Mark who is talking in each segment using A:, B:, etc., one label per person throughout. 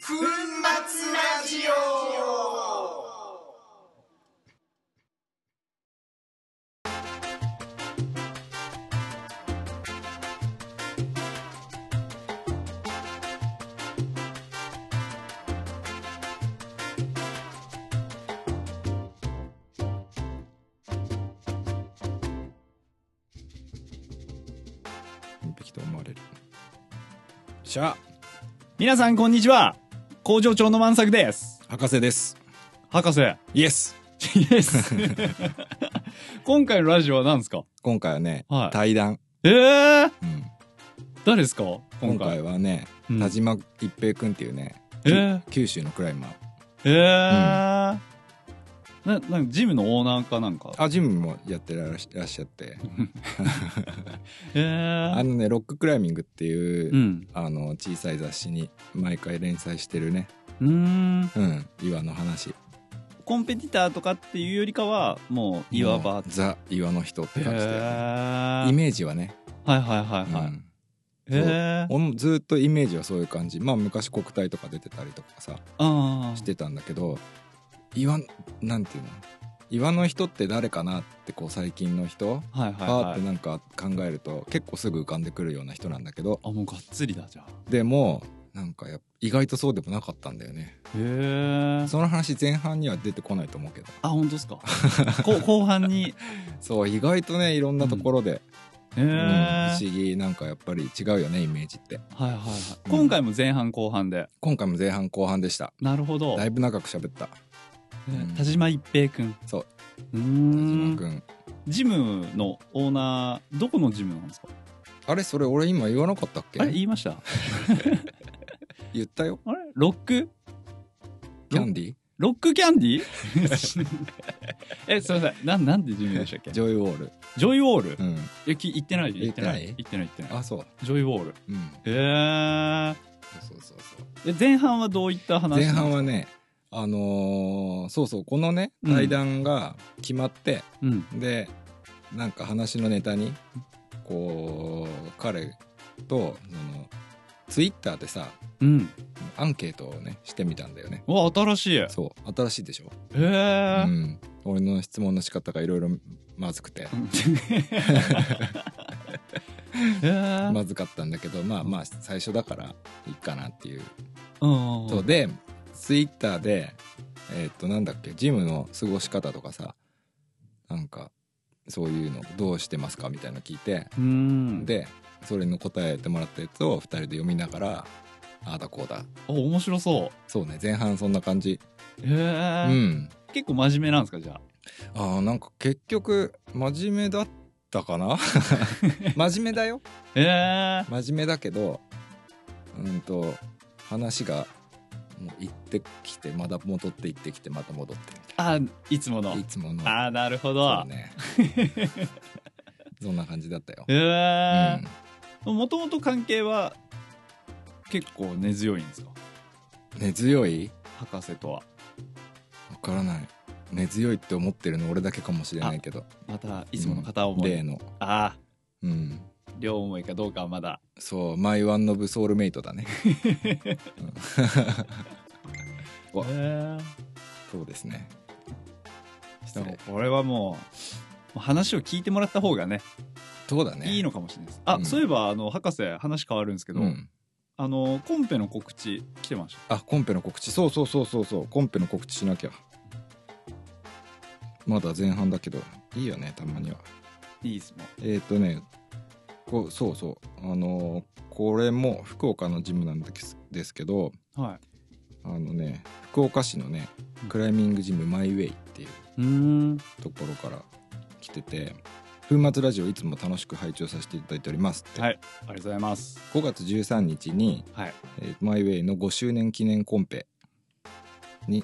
A: 粉末ラジオ
B: 完璧と思われるじゃあ皆さんこんにちは工場長の満作です
C: 博士です。
B: 博士
C: イエス
B: イエス 今回のラジオは何ですか
C: 今回はね、
B: はい
C: 対談、
B: えー、
C: うん
B: 誰ですか
C: 今
B: 今
C: 回
B: 回
C: はね、
B: うん
C: 田島一平君っていうね、
B: えー、
C: 九州のクライマー。
B: えーななんかジムのオーナーかなんか
C: あ、ジムもやってらっしらっしゃって。
B: えー、
C: あのね、ロッククライミングっていう、
B: うん
C: あの、小さい雑誌に毎回連載してるね、
B: うーん
C: うん、岩の話。
B: コンペティターとかっていうよりかはもういわ
C: も
B: ば
C: うザ・岩の人って
B: へ
C: 感じで、
B: ー
C: イメージはね、
B: はいはいはいはい、
C: うん
B: へえ
C: おんずーっとイメージはそういう感じ。まあ、昔国体とか出てたりとかさ、
B: ああ
C: してたんだけど岩なんていうの岩の人って誰かなってこう最近の人
B: はいはい
C: パーっ
B: は
C: て
B: い
C: なんか考えると結構すぐ浮かんでくるような人なんだけど
B: あもうがっつりだじゃあ
C: でもなんかやっぱ意外とそうでもなかったんだよね
B: へえ
C: その話前半には出てこないと思うけど
B: あ本当ですか こ後半に
C: そう意外とねいろんなところで、
B: へえ、
C: うん
B: は
C: 不
B: い
C: 思議なんかやっぱり違うよねイメージって
B: はいはい今回も前半後半で
C: 今回も前半後半でした
B: なるほど、
C: だいぶ長く喋った
B: ね田島一平君
C: そう
B: うー
C: 田島
B: ん
C: 君
B: ジムのオーナーどこのジムなんですか
C: あれそれ俺今言わなかったっ
B: あれ
C: け
B: 言いました
C: 言ったよ
B: あれロック
C: キャンディ
B: ロックキャンディ ーえすいませんななんでジムでしたっけジ
C: ジョイウォール
B: ョイウォール
C: うん
B: えき行ってない行ってない
C: 行
B: 行ってない行ってない
C: あそう
B: ジョイウォール
C: うん
B: へ
C: そうそうそうそう
B: ええ前半はどういった話なん
C: 前
B: ですか
C: 半はねあのーそうそうこのね
B: うん
C: 対談が決まって、
B: うん
C: でなんか話のネタにこう彼とそのツイッターでさ
B: うん
C: アンケートをねしてみたんだよね
B: うわ新しいへ
C: そう新しいでしょ、う
B: え、
C: ん、俺の質問の仕方がいろいろまずくて
B: へえ
C: まずかったんだけどまあまあ最初だからいいかなっていう
B: うんうん
C: そうでツイッターでえーっとなんだっけジムの過ごし方とかさなんかそういうのどうしてますかみたいなの聞いて
B: うん
C: でそれの答えてもらったやつを2人で読みながらああだこうだ
B: あ面白そ
C: そうね前半そんな感じ
B: うへえ
C: う、ん
B: 結構真面目なんですかじゃあ
C: あーなんか結局真面目だったか な真面目だよ
B: へえ
C: 真面目だけどうんと話がもう行ってきてまだ戻って行ってきてまた戻ってみたいな
B: あいつもの
C: いつもの。
B: あなるほ
C: そ
B: ど
C: う ね。そんな感じだったよ。
B: へえ
C: うん
B: もともと関係は結構根強いんですか
C: 根強い
B: 博士とは
C: わからない。根強いって思ってるの俺だけかもしれないけど。
B: またいつもの片思い、
C: 例の。
B: ああ
C: うん。
B: 両思いかどうかはまだ
C: そう、マイワンノブソウルメイトだね。
B: へ
C: わ
B: え
C: そうですね。
B: でも俺はもうもう話を聞いてもらった方がね
C: そうだね。
B: いいのかもしれないですあ、
C: うん
B: そういえばあの博士話変わるんですけど、
C: うん。
B: あのコンペの告知来てました
C: あ、コンペの告知。そうそうそうそうそう。コンペの告知しなきゃ。まだ前半だけど、いいよね、たまには。
B: いいですもん
C: えっ、とねこうそうそうあのーこれも福岡のジムなんですですけど
B: は
C: あのね福岡市のねクライミングジムマイウェイっていう
B: い。うん。
C: ところから来てて「粉末ラジオいつも楽しく拝聴させていただいております」って、
B: はい。ありがとうございます。
C: 5月13日に、
B: はい。
C: えーマイウェイの5周年記念コンペに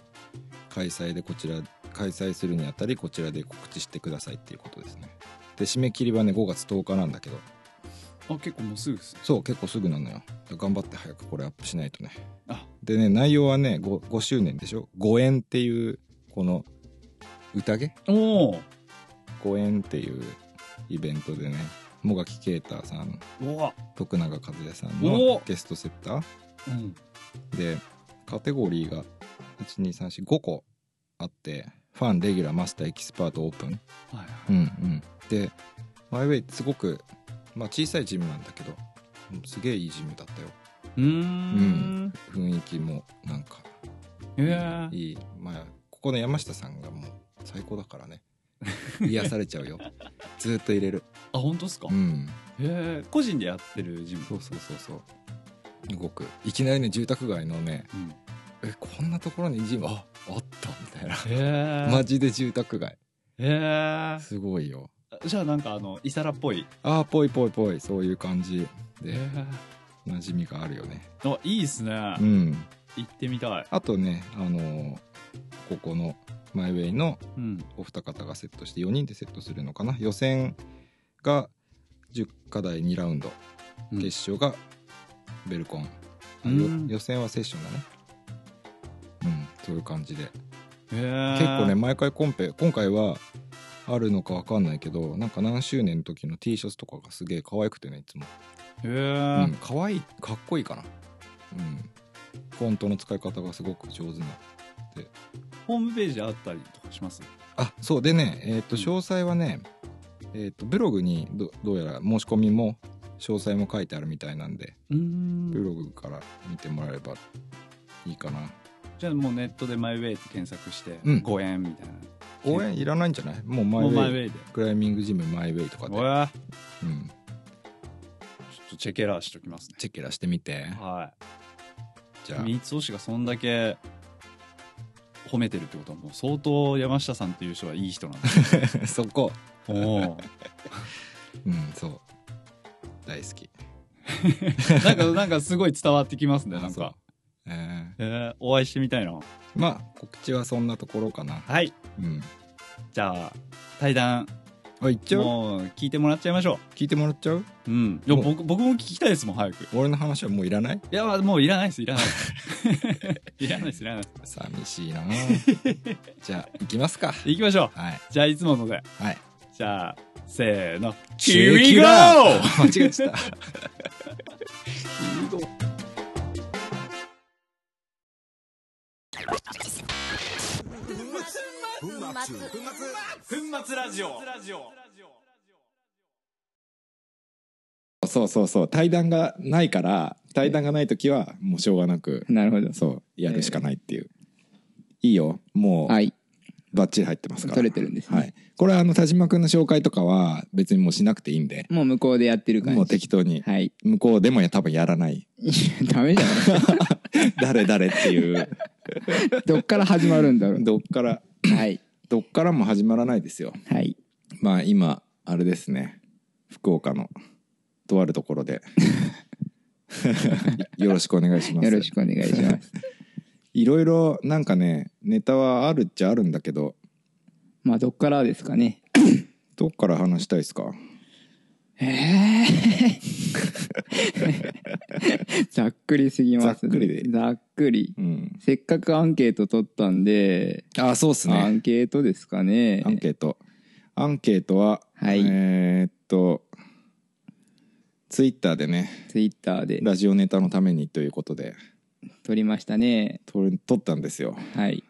C: 開催でこちら開催するにあたりこちらで告知してくださいっていうことですねで締め切りはね5月10日なんだけど
B: あ、結構もうすぐですね。
C: そう結構すぐなのよ頑張って早くこれアップしないとね
B: あ
C: でね内容はね 5, 5周年でしょ5円っていうこの宴
B: おお。
C: 5円っていうイベントでね茂垣啓太さん
B: うわ。
C: 徳永和也さん
B: お
C: のゲストセッタ
B: うん。
C: ーでカテゴリーが12345個あってファンレギュラーマスターエキスパートオープン
B: はい
C: うんうんでマイウェイってすごく、まあ、小さいジムなんだけどうんすげえいいジムだったよ
B: うーん
C: 雰囲気もなんか
B: うわー
C: いいまあここの山下さんがもう最高だから ね癒されちゃうよずーっと入れる
B: あ本当ですか
C: うん
B: へえ個人でやってるジム
C: そうそうそうそう動くいきなりね住宅街のね
B: うんへ
C: えこんなところにジムああったみたい な
B: え
C: マジで住宅街
B: へ
C: すごいよ
B: えじゃあなんかあのイサラっぽい
C: ああぽいぽいぽいそういう感じ
B: へ
C: で
B: え
C: 馴染みがあるよね
B: あいいっすね
C: うん
B: 行ってみたい
C: あとねあのーここのマイウェイの
B: うん
C: お二方がセットして4人でセットするのかな予選が10課題2ラウンド
B: うん
C: 決勝がベルコン、あ
B: う
C: よ
B: ん
C: 予選はセッションだねうんそういう感じで
B: へえ
C: 結構ね毎回コンペ今回はあるのかわかんないけどなんか何周年の時の T シャツとかがすげえ可愛くてねいつも、
B: へ
C: う
B: え
C: ん、可愛いかっこいいかなうんフォントの使い方がすごく上手な
B: ホームページあったりとかします
C: あそうでねえっ、と
B: うん
C: 詳細はね、えっ、とブログにどどうやら申し込みも詳細も書いてあるみたいなんで
B: うーん
C: ブログから見てもらえればいいかな
B: じゃあもうネットでマイウェイって検索して、
C: うん
B: ご縁みたいな。
C: 応援いらないんじゃないもうマイ
B: も
C: ウ
B: うマイウ
C: ェイ
B: ェイで。
C: クライミングジムマイウェイとかで、
B: うわー
C: うん、
B: ちょっとチェケラーしときますね。
C: チェックらしてみて
B: は
C: じ
B: い。
C: ゃあ
B: 三つ星がそんだけ褒めてるってことはもう相当山下さんっていう人はいい人なん だ。
C: そこ、
B: おおー。
C: うん、そう大好き
B: なんか、なんかすごい伝わってきますね、なん
C: そう
B: か。
C: えー
B: えー、お会いしてみたいな。
C: まあ告知はそんなところかな、
B: はい。
C: うん、
B: じゃあ、対談、
C: あ行っちゃう
B: もう聞いてもらっちゃいましょ
C: 聞いてもらっちゃう
B: う。うん。いや
C: もう
B: 僕、僕も聞きたいですもん、早く。い
C: 俺の話はもういらない
B: や、まあもういらないです、いらないです。 いらないです、いらないです。
C: 寂し いなじゃあ行きますか
B: 行きましょう。
C: はい
B: じゃあ、いつもので。
C: はい
B: じゃあ、せーの。
C: チ
B: Here we
C: 間
B: go!
C: 違えてた
B: 粉末ラジオ。
D: そうそうそう対談がないから対談がない時はもうしょうがなく
E: なるほど。
D: そうやるしかないっていう、いいよもう、
E: はい。
D: バッチリ入ってますから
E: 取れてるんですね
D: はい、これはあの田島君の紹介とかは別にもうしなくていいんで
E: もう向こうでやってる感じ。
D: もう適当に、
E: はい。
D: 向こうでも多分やらない
E: いやダメじ ゃな
D: 誰誰っていう
E: い。どっから始まるん だろう。
D: どっから
E: はい。
D: どっからも始まらないですよ
E: はい。
D: まあ今あれですね福岡のとあるところ でよろしくお願いします
E: よろしくお願い します。
D: いろいろなんかねネタはあるっちゃあるんだけど
E: まあ、どっからですかね。
D: どっから話したいですか
E: えー ざっくりすぎます、
D: ざっくりで
E: ざっくり
D: うん
E: せっかくアンケート取ったんで、
D: あそうっす
E: ア
D: ね
E: ンケートですかね
D: アンケートアンケートは、
E: はい
D: えーっとツイッターでね
E: ツイッターで
D: ラジオネタのためにということで
E: 取りましたね
D: 撮れ撮ったんですよ
E: はい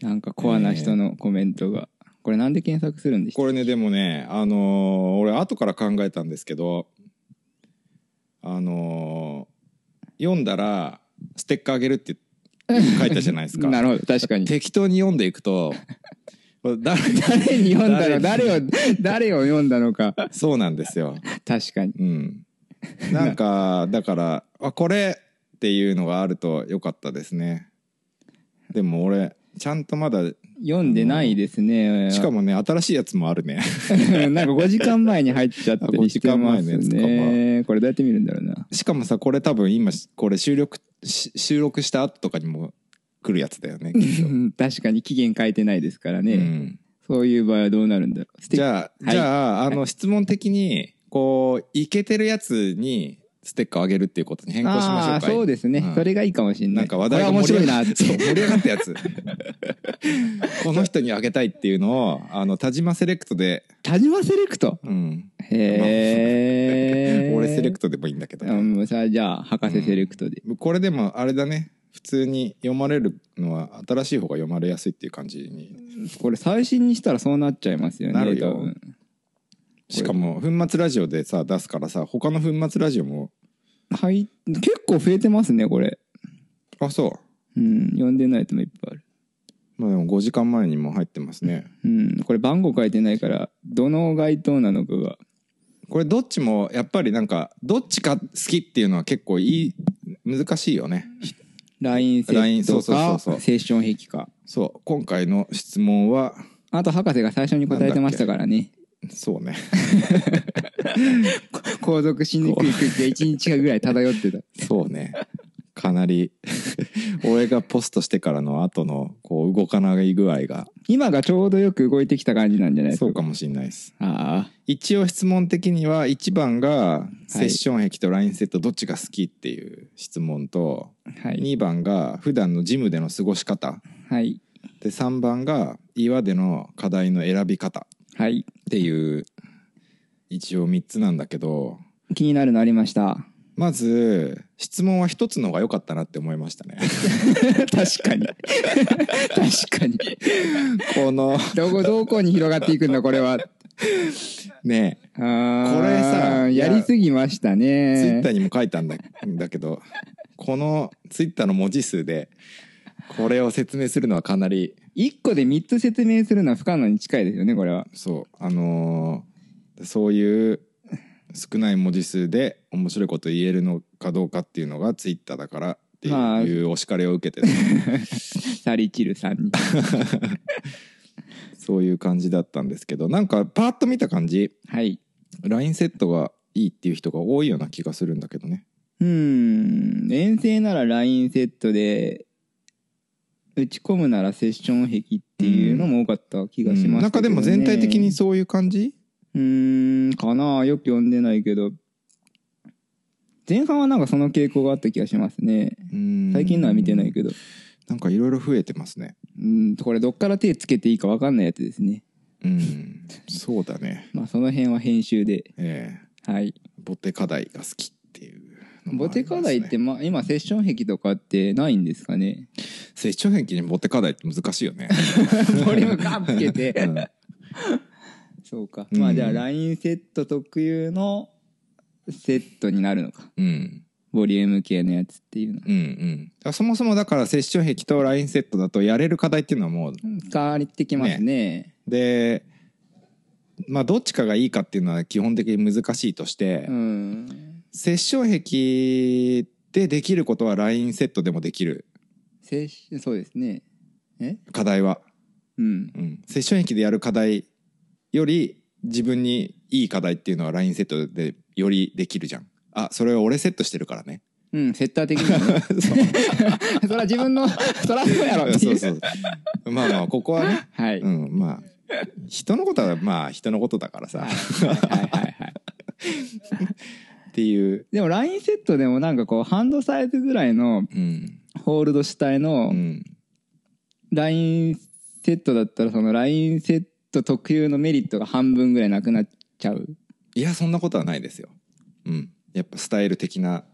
E: なんかコアな人のコメントが、これなんで検索するんでした
D: これねでもねあのー俺後から考えたんですけどあのー読んだらステッカーあげるって書いたじゃないですか
E: なるほど確かに
D: 適当に読んでいく とこれ誰
E: 誰に読んだ
D: 誰
E: の誰を誰を読んだのか
D: そうなんですよ。
E: 確かに
D: うん。なんか、だから、あ、これっていうのがあると良かったですね。でも俺、ちゃんとまだ、
E: 読んでないですね
D: しかもね、新しいやつもあるね。
E: も なんか5時間前に入っちゃったりしてま
D: あ
E: す
D: 5時間前の
E: ねこれどうやって見るんだろう な
D: しかもさ、これ多分今、これ収録し、収録した後とかにも来るやつだ よね、きっと。
E: 確かに期限変えてないですからね、
D: うん
E: そういう場合はどうなるんだろう
D: じ
E: あ
D: ゃあ、
E: はい
D: じゃあ、あの、質問的に、こう、いけてるやつに、ステッカーをあげるっていうことに変更しましょう
E: あー
D: か。
E: そうですね、
D: うん
E: それがいいかもしれない
D: なんか話題が
E: これは面白いな
D: 盛
E: っ
D: り上が
E: て
D: そう盛り上がったやつ この人にあげたいっていうのをあの田島セレクトで、
E: 田島セレクト
D: うん
E: へえ
D: 俺セレク
E: ト
D: トでもいいんだけど、
E: うん、さあじゃあ博士セレクトで、
D: これでもあれだね
C: 普通に読まれるのは新しい方が読まれやすいっていう感じに
E: これ最新にしたらそうなっちゃいますよね
C: なるよ
E: 多分
C: しかも粉末ラジオでさ出すからさ他の粉末ラジオも
E: はい結構増えてますねこれ
C: あそ
E: うん読んでないともいっぱいある
C: うまあでも5時間前にも入ってますね
E: うんこれ番号書いてないからどの該当なのかが
C: これどっちもやっぱりなんかどっちか好きっていうのは結構いい難しいよね
E: LINE セッ
C: LINE そ
E: ト
C: うそうそ
E: か
C: うそう
E: セッション壁か
C: そう今回の質問は
E: あと博士が最初に答えてましたからね
C: そうね
E: 後続しにくい空気が1日間ぐらい漂ってた
C: そうねかなり 俺がポストしてからの後のこう動かない具合が
E: 今がちょうどよく動いてきた感じなんじゃないです
C: そ
E: か
C: うかもしんないです
E: ああ
C: 一応質問的には1番がセッション壁とラインセットどっちが好きっていう質問と
E: はい
C: 2番が普段のジムでの過ごし方
E: はい
C: で3番が岩での課題の選び方
E: はい
C: っていう一応3つなんだけど
E: 気になるのありました
C: まず質問は1つの方が良かったなって思いましたね
E: 確かに確かに
C: この
E: どこどこに広がっていくんだこれは
C: ね
E: これ
C: これさ
E: やりすぎました
C: ツイッター
E: ね
C: にも書いたんだんだけどこのツイッターの文字数でこれを説明するのはかなり
E: 一個で三つ説明するのは不可能に近いですよねこれは
C: そうあのーそういう少ない文字数で面白いこと言えるのかどうかっていうのがツイッターだからっていう,、
E: まあ
C: お叱りを受けてね
E: サリチルさんに
C: そういう感じだったんですけどなんかパーッと見た感じ
E: はい
C: ラインセットがいいっていう人が多いような気がするんだけどね
E: うーん遠征なら LINE セットで打ち込むならセッション壁っていうのも多かった気がし
C: なん
E: ました
C: か
E: け
C: で
E: ど、ね
C: も全体的にそういう感じ
E: うーんかなよく読んでないけど前半はなんかその傾向があった気がしますね最
C: 最
E: 近のは見てないけど
C: なんかいろいろ増えてますね
E: うんこれどっから手つけていいか分かんないやつですね
C: うんそうだね
E: まあその辺は編集で
C: ええ
E: はい
C: ボテ課題が好きっていうのも
E: ボ
C: ありますね、
E: テ課題ってまあ今セッション壁とかってないんですかね
C: 接触兵器にボテ課題って難しいよね、
E: ボリュームガンつけて
C: うん
E: そうか、
C: うん
E: まあじゃあ LINE セット特有のセットになるのか
C: うん
E: ボリューム系のやつっていうの
C: うんうんだからそもそもだから接触壁とラインセットだとやれる課題っていうのはもう
E: 変わってきますね
C: でまあどっちかがいいかっていうのは基本的に難しいとして、
E: うん
C: 接触壁でできることはラインセットでもできる
E: セッシそうですねえ
C: 課題は、
E: うん
C: うん、接触壁でやる課題より自分にいい課題っていうのはラインセットでよりできるじゃんあそれは俺セットしてるからね
E: うんセッター的にはねそりゃ自分のそり ゃそうやろってい
C: そううそう まあまあここはね
E: はい、
C: う
E: はい
C: んまあ人のことはまあ人のことだからさ
E: はいはいはい
C: っていう
E: でも LINE セットでもなんかこうハンドサイズぐらいの
C: うん
E: ホールド主体
C: う
E: の
C: ん
E: LINE セットだったらその LINE セット特有のメリットが半分ぐらいなくなっちゃう
C: いやそんなことはないですようんやっぱスタイル的な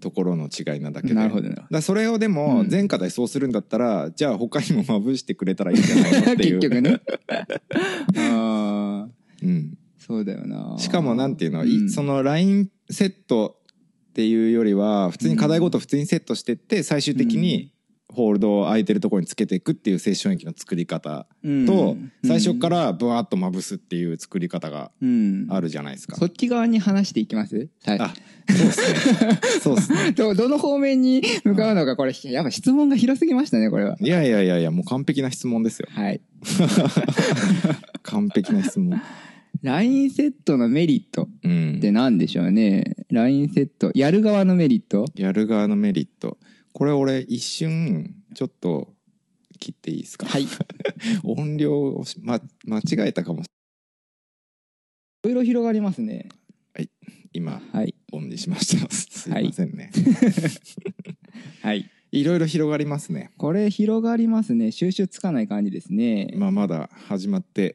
C: ところの違いなだけで
E: なるほどなるほ
C: だからそれをで
E: う
C: も
E: ん
C: 全課題そうするんだったら、じゃあ他にもまぶしてくれたらいいんじゃないの
E: ど
C: ってい
E: 結
C: う、
E: 局ねああ
C: うん、
E: そうだよな
C: しかもなんていうの、い
E: うん
C: その LINE セットっていうよりは普通に課題ごと普通にセットしてって最終的にホールドを空いてるところにつけていくっていうセッション液の作り方
E: うん
C: と最初か
E: うん
C: らブワーッとまぶすっていう作り方が
E: うん
C: あるじゃないですか。
E: そっち側に話していきますはい
C: あそうですね。そうですね。
E: どどの方面に向かうのかこれやっぱ質問が広すぎましたねこれはい
C: やいやいやいやもう完璧な質問ですよ。
E: はい
C: 完璧な質 問。
E: LINE セットのメリット
C: うん
E: って何でしょうね LINE セットやる側のメリット
C: やる側のメリットこれ俺一瞬ちょっと切っていいですか、
E: はいい
C: 音量をし、ま、間違えたかも
E: ろいろ広がりますね
C: 今
E: はい
C: オンにしましたすいませんね、
E: はい
C: い、ろいろ広がりますね
E: これ広がりますね収集つかない感じですね、
C: まあまだ始まって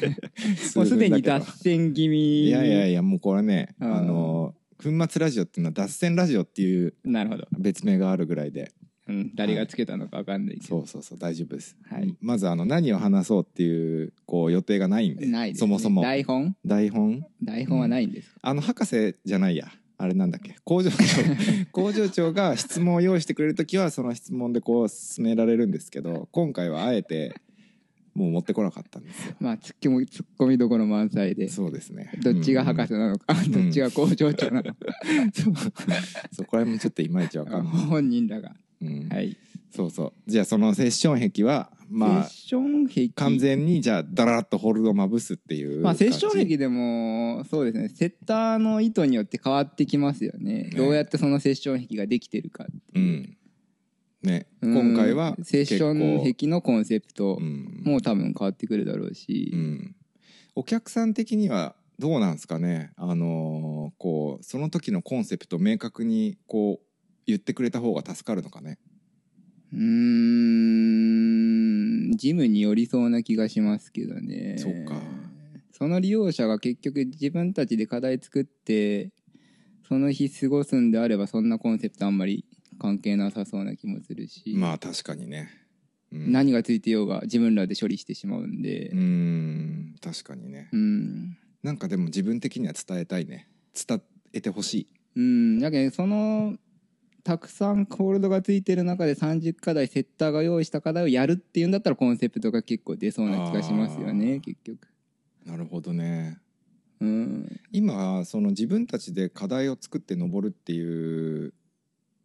E: もうすで
C: 数分
E: に
C: だけど
E: 脱線気味
C: いやいやいやもうこれね
E: うん
C: あの粉末ラジオっていうのは脱線ラジオっていう
E: なるほど、
C: 別名があるぐらいで
E: うん、誰がつけたのかわかんないけど、
C: そうそうそう大丈夫です、
E: はい
C: まずあの何を話そうっていうこう予定がないんで
E: ないです、ね、
C: そもそも
E: 台本
C: 台本
E: 台本はないんですか、
C: あの博士じゃないやあれなんだっけ工場 長工場長が質問を用意してくれる時はその質問でこう進められるんですけど今回はあえてもう持ってこなかったんですよ
E: まあツッコミツッコミどころ満載で
C: そうですね
E: どっちが博士なのか、
C: ん
E: どっちが工場長な のか、
C: そこら辺もちょっといまいちわかんない、
E: 本人らが、
C: うん
E: はい
C: そうそうじゃあそのセッション壁はま
E: セ
C: あ
E: ッション壁
C: 完全にじゃあダラッとホールドをまぶすっていう
E: まあ
C: 感じ
E: セッション壁でもそうですねセッターの意図によって変わってきますよねどうやってそのセッション壁ができてるかって
C: う
E: いう、
C: んね
E: うん
C: 今回は
E: セッション
C: 結
E: 壁のコンセプト
C: 構うん
E: も多分変わってくるだろうし、
C: うん、お客さん的にはどうなんですかねあのーこうその時のコンセプトを明確にこう言ってくれた方が助かるのかね
E: うーんジムによりそうな気がしますけどね
C: そうか
E: その利用者が結局自分たちで課題作ってその日過ごすんであればそんなコンセプトあんまり関係なさそうな気もするし、
C: まあ確かにね、うん、
E: 何がついてようが自分らで処理してしまうんで
C: うーん確かにね
E: うん
C: なんかでも自分的には伝えたいね伝えてほしい
E: うんだけどそのたくさんホールドがついてる中で30課題セッターが用意した課題をやるっていうんだったらコンセプトが結構出そうな気がしますよ
C: あー
E: ね結局
C: なるほどね
E: うん
C: 今その自分たちで課題を作って登るっていう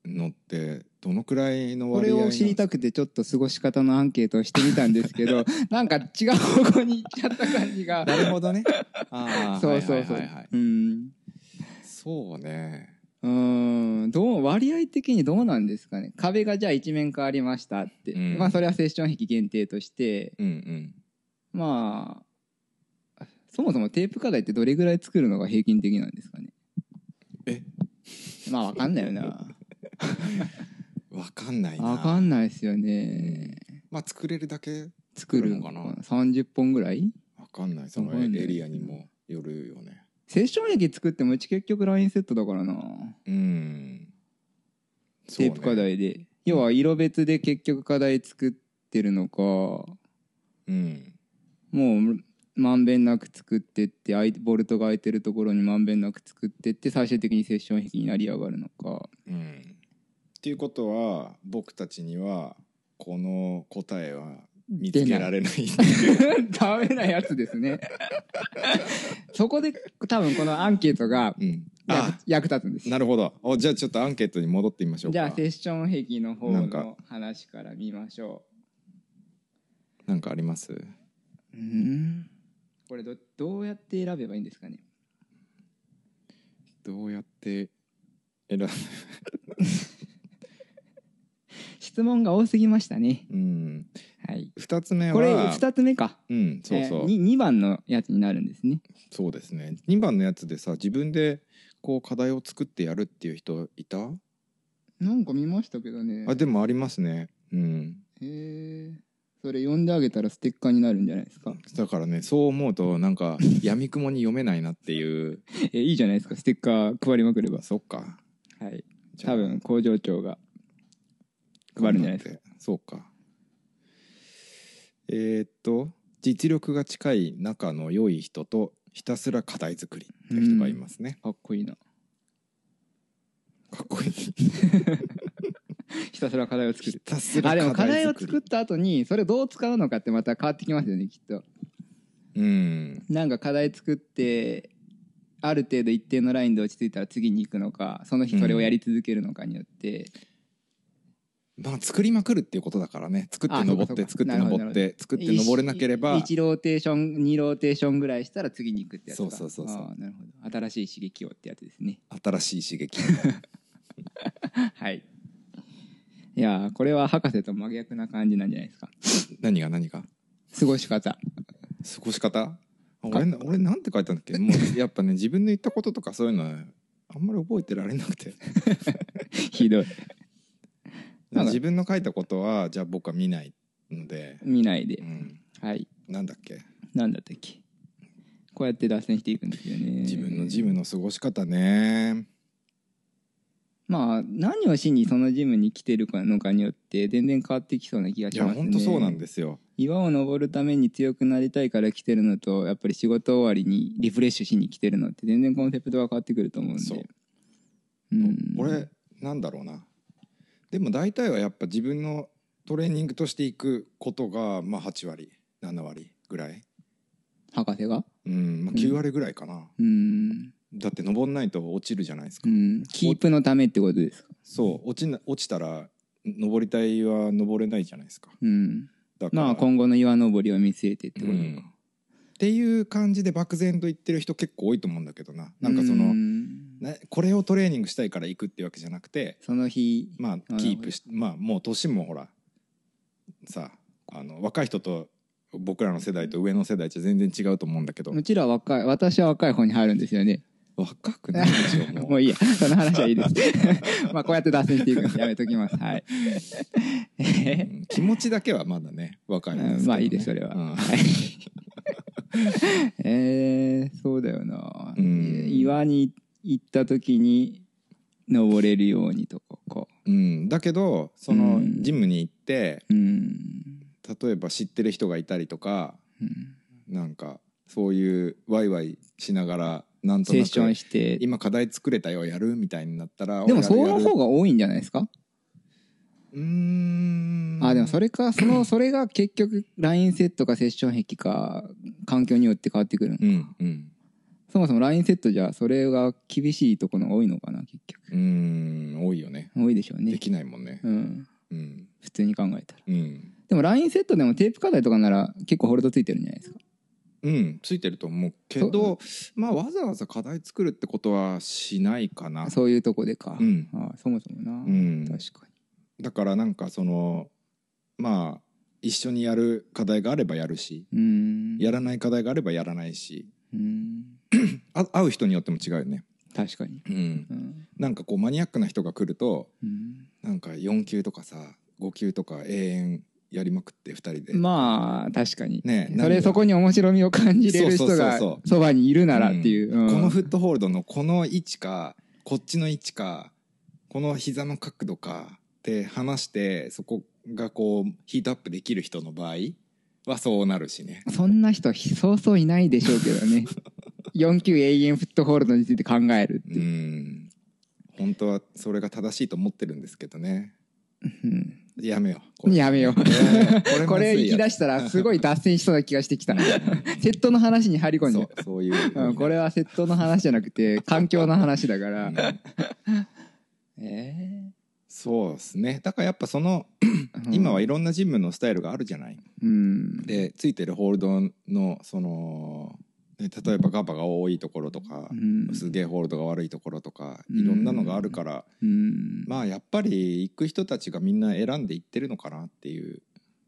C: のってどのくらいの
E: こ
C: 割
E: れ
C: 合
E: を知り
C: い
E: たくてちょっと過ごし方のアンケートをしてみたんですけどなんか違う方向に行っちゃった感じ が
C: なるほどね ああ
E: そうそうそう
C: はいはいはいはい
E: うん
C: そうね
E: うんどう割合的にどうなんですかね壁がじゃあ一面変わりましたって、
C: うん
E: まあそれはセッション壁限定として
C: うんうん
E: まあそもそもテープ課題ってどれぐらい作るのが平均的なんですかね
C: え
E: まあわかんないよな
C: わかんないな。
E: わかんないですよ
C: うん
E: ね
C: まあ作れるだけ
E: 作るのかな30本ぐらい
C: わかんない。その
E: わかんない
C: エリアにもよるよね。
E: セッション壁作ってもうち結局ラインセットだからな
C: うん。そう
E: テ
C: ね
E: ープ課。題で、要は色別で結局課題作ってるのか
C: うん。
E: もうまんべんなく作ってってあいボルトが空いてるところにまんべんなく作ってって最終的にセッション壁になり上がるのか
C: うん。っていうことは僕たちにはこの答えは見つけられない。
E: ダメなやつですね そこで多分このアンケートが
C: うん。
E: 役
C: あ、
E: 役立つんです
C: なるほど。おじゃあちょっとアンケートに戻ってみましょうか。
E: じゃあセッション壁の方
C: なんか
E: の話から見ましょ
C: なんかあります。
E: ううんこれどどうやって選べばいいんですかね
C: どうやって選ぶ。
E: 質問が多すぎましたね
C: うん。
E: はい
C: 二つ目は。
E: これ2つ目か
C: うん。そうそう。
E: えーに2番のやつになるんですね
C: そうですね2番のやつでさ自分でこう課題を作ってやるっていう人いた、
E: なんか見ましたけどね
C: あでもありますねうん
E: へえそれ読んであげたらステッカーになるんじゃないですか
C: だからねそう思うとなん かやみくもに読めないなっていう
E: えいいじゃないですかステッカー配りまくれば
C: そっか
E: はい
C: じゃあ
E: 多分工場長が配るんじゃないですか
C: かそうかえーっと実力が近い仲の良い人とひたすら課題作りっていう人がいますね、
E: かっこいいな
C: かっこい い
E: ひたすら課題を作
C: ひ
E: る
C: たすら
E: あでも
C: 課
E: 課題
C: 題
E: を
C: 作り
E: 作った後にそれをどう使うのかってまた変わってきますよねきっと
C: うん
E: なんか課題作ってある程度一定のラインで落ち着いたら次に行くのかその日それをやり続けるのかによって、
C: まあ作りまくるっていうことだからね作っ
E: あ
C: て登っ
E: そうかそ
C: て
E: うか
C: 作って
E: なるほど
C: 登って作って登れなければ
E: 1ローテーション2ローテーションぐらいしたら次に行くってやつか
C: そうそうそうそう
E: あーなるほど新しい刺激をってやつですね
C: 新しい刺激
E: はいいやーこれは博士と真逆な感じなんじゃないですか
C: 何が何が
E: 過ごし方
C: 過ごし方あ俺な俺なんて書いたんだっけも うやっぱね自分の言ったこととかそういうのはあんまり覚えてられなくて
E: ひどい なんか
C: 自分の書いたことはじゃあ僕は見ないので、
E: 見ないで
C: うん、
E: はい
C: なんだっけ
E: なんだったっけこうやって脱線していくんですよね
C: 自分のジムの過ごし方ね
E: まあ何をしにそのジムに来てるのかによって全然変わってきそうな気が
C: い
E: し
C: や
E: ますね
C: 本当そうなんですよ
E: 岩を登るために強くなりたいから来てるのとやっぱり仕事終わりにリフレッシュしに来てるのって全然コンセプトが変わってくると思うんで
C: そう
E: うん、
C: 俺なんだろうなでも大体はやっぱ自分のトレーニングとしていくことがまあ8割7割ぐらい
E: 博士が
C: うん、まあ、
E: うん
C: 9割ぐらいかな、
E: うん、
C: だって登んないと落ちるじゃないです
E: う
C: か、
E: ん、キープのためってことですか
C: そう落ちな落ちたら登りたいは登れないじゃないですか
E: うん
C: だから
E: まあ今後の岩登りを見据えてってこと
C: う
E: か、
C: んっていう感じで漠然と言ってる人結構多いと思うんだけどななんかその、
E: うん
C: ねこれをトレーニングしたいから行くってわけじゃなくて
E: その日
C: まあキープしまあもう年もほらさあの若い人と僕らの世代と上の世代じゃ全然違うと思うんだけど
E: うちらは若い私は若い方に入るんですよね
C: 若くないでし ょも
E: も
C: う
E: ういいやその話はいいです まあこうやって脱線していくんでやめときますはい
C: うん気持ちだけはまだね若いんですけど、
E: うんまあいいですそれは
C: うん
E: えー、そうだよな、
C: うん
E: 岩に行った時に登れるようにとかこ
C: うんだけどそうの
E: ん
C: ジムに行って
E: ううん、
C: 例えば知ってる人がいたりとか
E: うん、
C: なんかそういうワイワイしながらなんと
E: セ
C: な
E: ッション
C: く
E: して
C: 今課題作れたよやるみたいになったら
E: でも
C: お
E: そ
C: やるや
E: の
C: る
E: 方が多いんじゃないですか、
C: うーん
E: あでもそれかそのそれが結局ラインセットかセッション壁か環境によって変わってくるの
C: うんうん
E: そもそもラインセットじゃそれが厳しいところが多いのかな結局
C: うーん多いよね
E: 多いでしょうね
C: できないもんね
E: うん
C: うん
E: 普通に考えたら
C: うん
E: でもラインセットでもテープ課題とかなら結構ホルドついてるんじゃないですか
C: うんついてると思うけどまあわざわざ課題作るってことはしないかな
E: そういうとこでか、
C: うん
E: あそもそもな、
C: うん
E: 確か
C: だからなんかそのまあ一緒にやる課題があればやるし
E: にうん
C: やらない課題があればやらないし
E: うん
C: あ会う人によっても違うよね
E: 確かに
C: うん
E: うん、
C: なんかこうマニアックな人が来ると
E: うん
C: なんか4級とかさ5級とか永遠やりまくって2人で
E: まあ確かに、
C: ねえ
E: それ
C: 何が
E: そこに面白みを感じれる人
C: そうそうそ
E: が
C: うそう
E: そばにいるならっていう、
C: こ
E: うん
C: のフットホールドのこの位置かこっちの位置かこの膝の角度かって話してそこがこうヒートアップできる人の場合はそうなるしね
E: そんな人そうそういないでしょうけ どね4級永遠フットホールドについて考えるって
C: う
E: いう、
C: ん本当はそれが正しいと思ってるんですけどね
E: うん
C: やめよう
E: やめよう
C: これ
E: これ行き出
C: し
E: したらすごい脱線しそうな気がし てきたセットの話に張り込ん
C: そ
E: で
C: うそういう風に
E: う
C: ね、
E: ん、これはセットの話じゃな くて環境の話だから、
C: うん
E: え
C: そうですねだからやっぱその
E: え
C: 今はいろんなジムのスタイルがあるじゃない
E: うん
C: でついてるホールドのそのね例えばガバが多いところとか
E: う、ん
C: すげえホールドが悪いところとか
E: うん
C: いろんなのがあるから、
E: うんま
C: まあやっぱり行く人たちがみんな選んで行ってるのかなっていう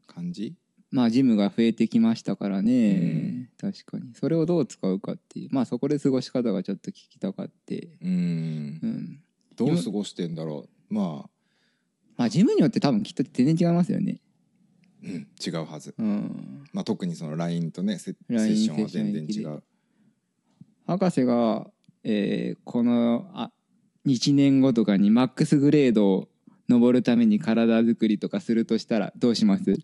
C: 感じ
E: あジムが増えてきましたからね、
C: うん
E: 確かにそれをどう使うかっていうまあそこで過ごし方がちょっと聞きたかって、
C: うん
E: うん、
C: どう過ごしてんだろうまあ、
E: まあジムによって多分きっと全然違いますよね
C: うん、違うはず、
E: うん
C: まあ、特にその LINE とねセセ
E: LINE
C: ッションは全然違う
E: 博士が、えーこのあ1年後とかにマックスグレードを登るために体作りとかするとしたらどうします
C: うわ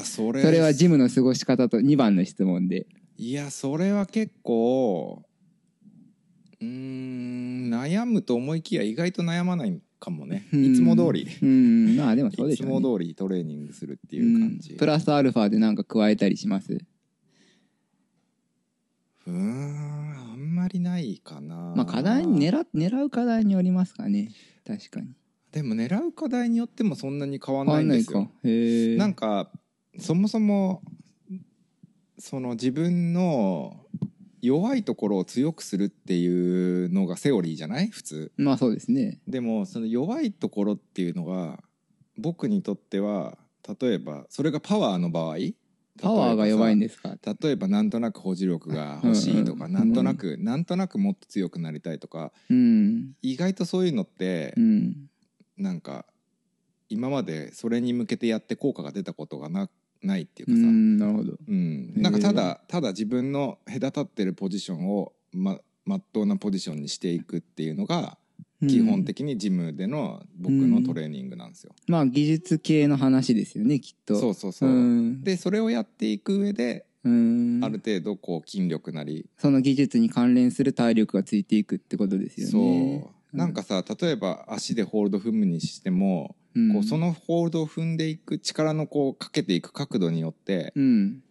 C: ーそれ
E: それはジムの過ごし方と2番の質問で
C: いやそれは結構うーん悩むと思いきや意外と悩まないかもね
E: うん
C: いつも通り
E: うんまあでもそうで
C: い
E: し
C: つ
E: ょう、ね、
C: も通りトレーニングするっていう感じ
E: んプラスアルファでなんか加えたりします
C: うーんあんまりないかな
E: まあ課題に狙狙う課題によりますかね確かに
C: でも狙う課題によってもそんなに変わんないんですよ
E: かへえ
C: なんかそもそもその自分の弱いところを強くするっていうのがセオリーじゃない普通
E: まあそうですね
C: でもその弱いところっていうのが僕にとっては例えばそれがパワーの場合
E: パワーが弱いん
C: で
E: ですか
C: 例えばなんとなく保持力が欲しいとか、
E: うんうん
C: なんとなく、なんとなくもっと強くなりたいとか
E: うん
C: 意外とそういうのって
E: う、ん
C: なんか今までそれに向けてやって効果が出たことがなないっていう
E: う
C: かさ、うん
E: んなるほど
C: なんかただただ自分の隔たってるポジションをままっとうなポジションにしていくっていうのが
E: うん
C: 基本的にジムでの僕のトレーニングなんですよ。
E: まあ技術系の話ですよねきっと
C: そううそうそう、
E: ん
C: でそれをやっていく上で
E: うん
C: ある程度こう筋力なり、
E: その技術に関連する体力がついていくってことですよね
C: そうなんかさ例えば足でホールド踏むにしても、
E: う,、ん、
C: こうそのホールドを踏んでいく力のこうかけていく角度によって
E: うん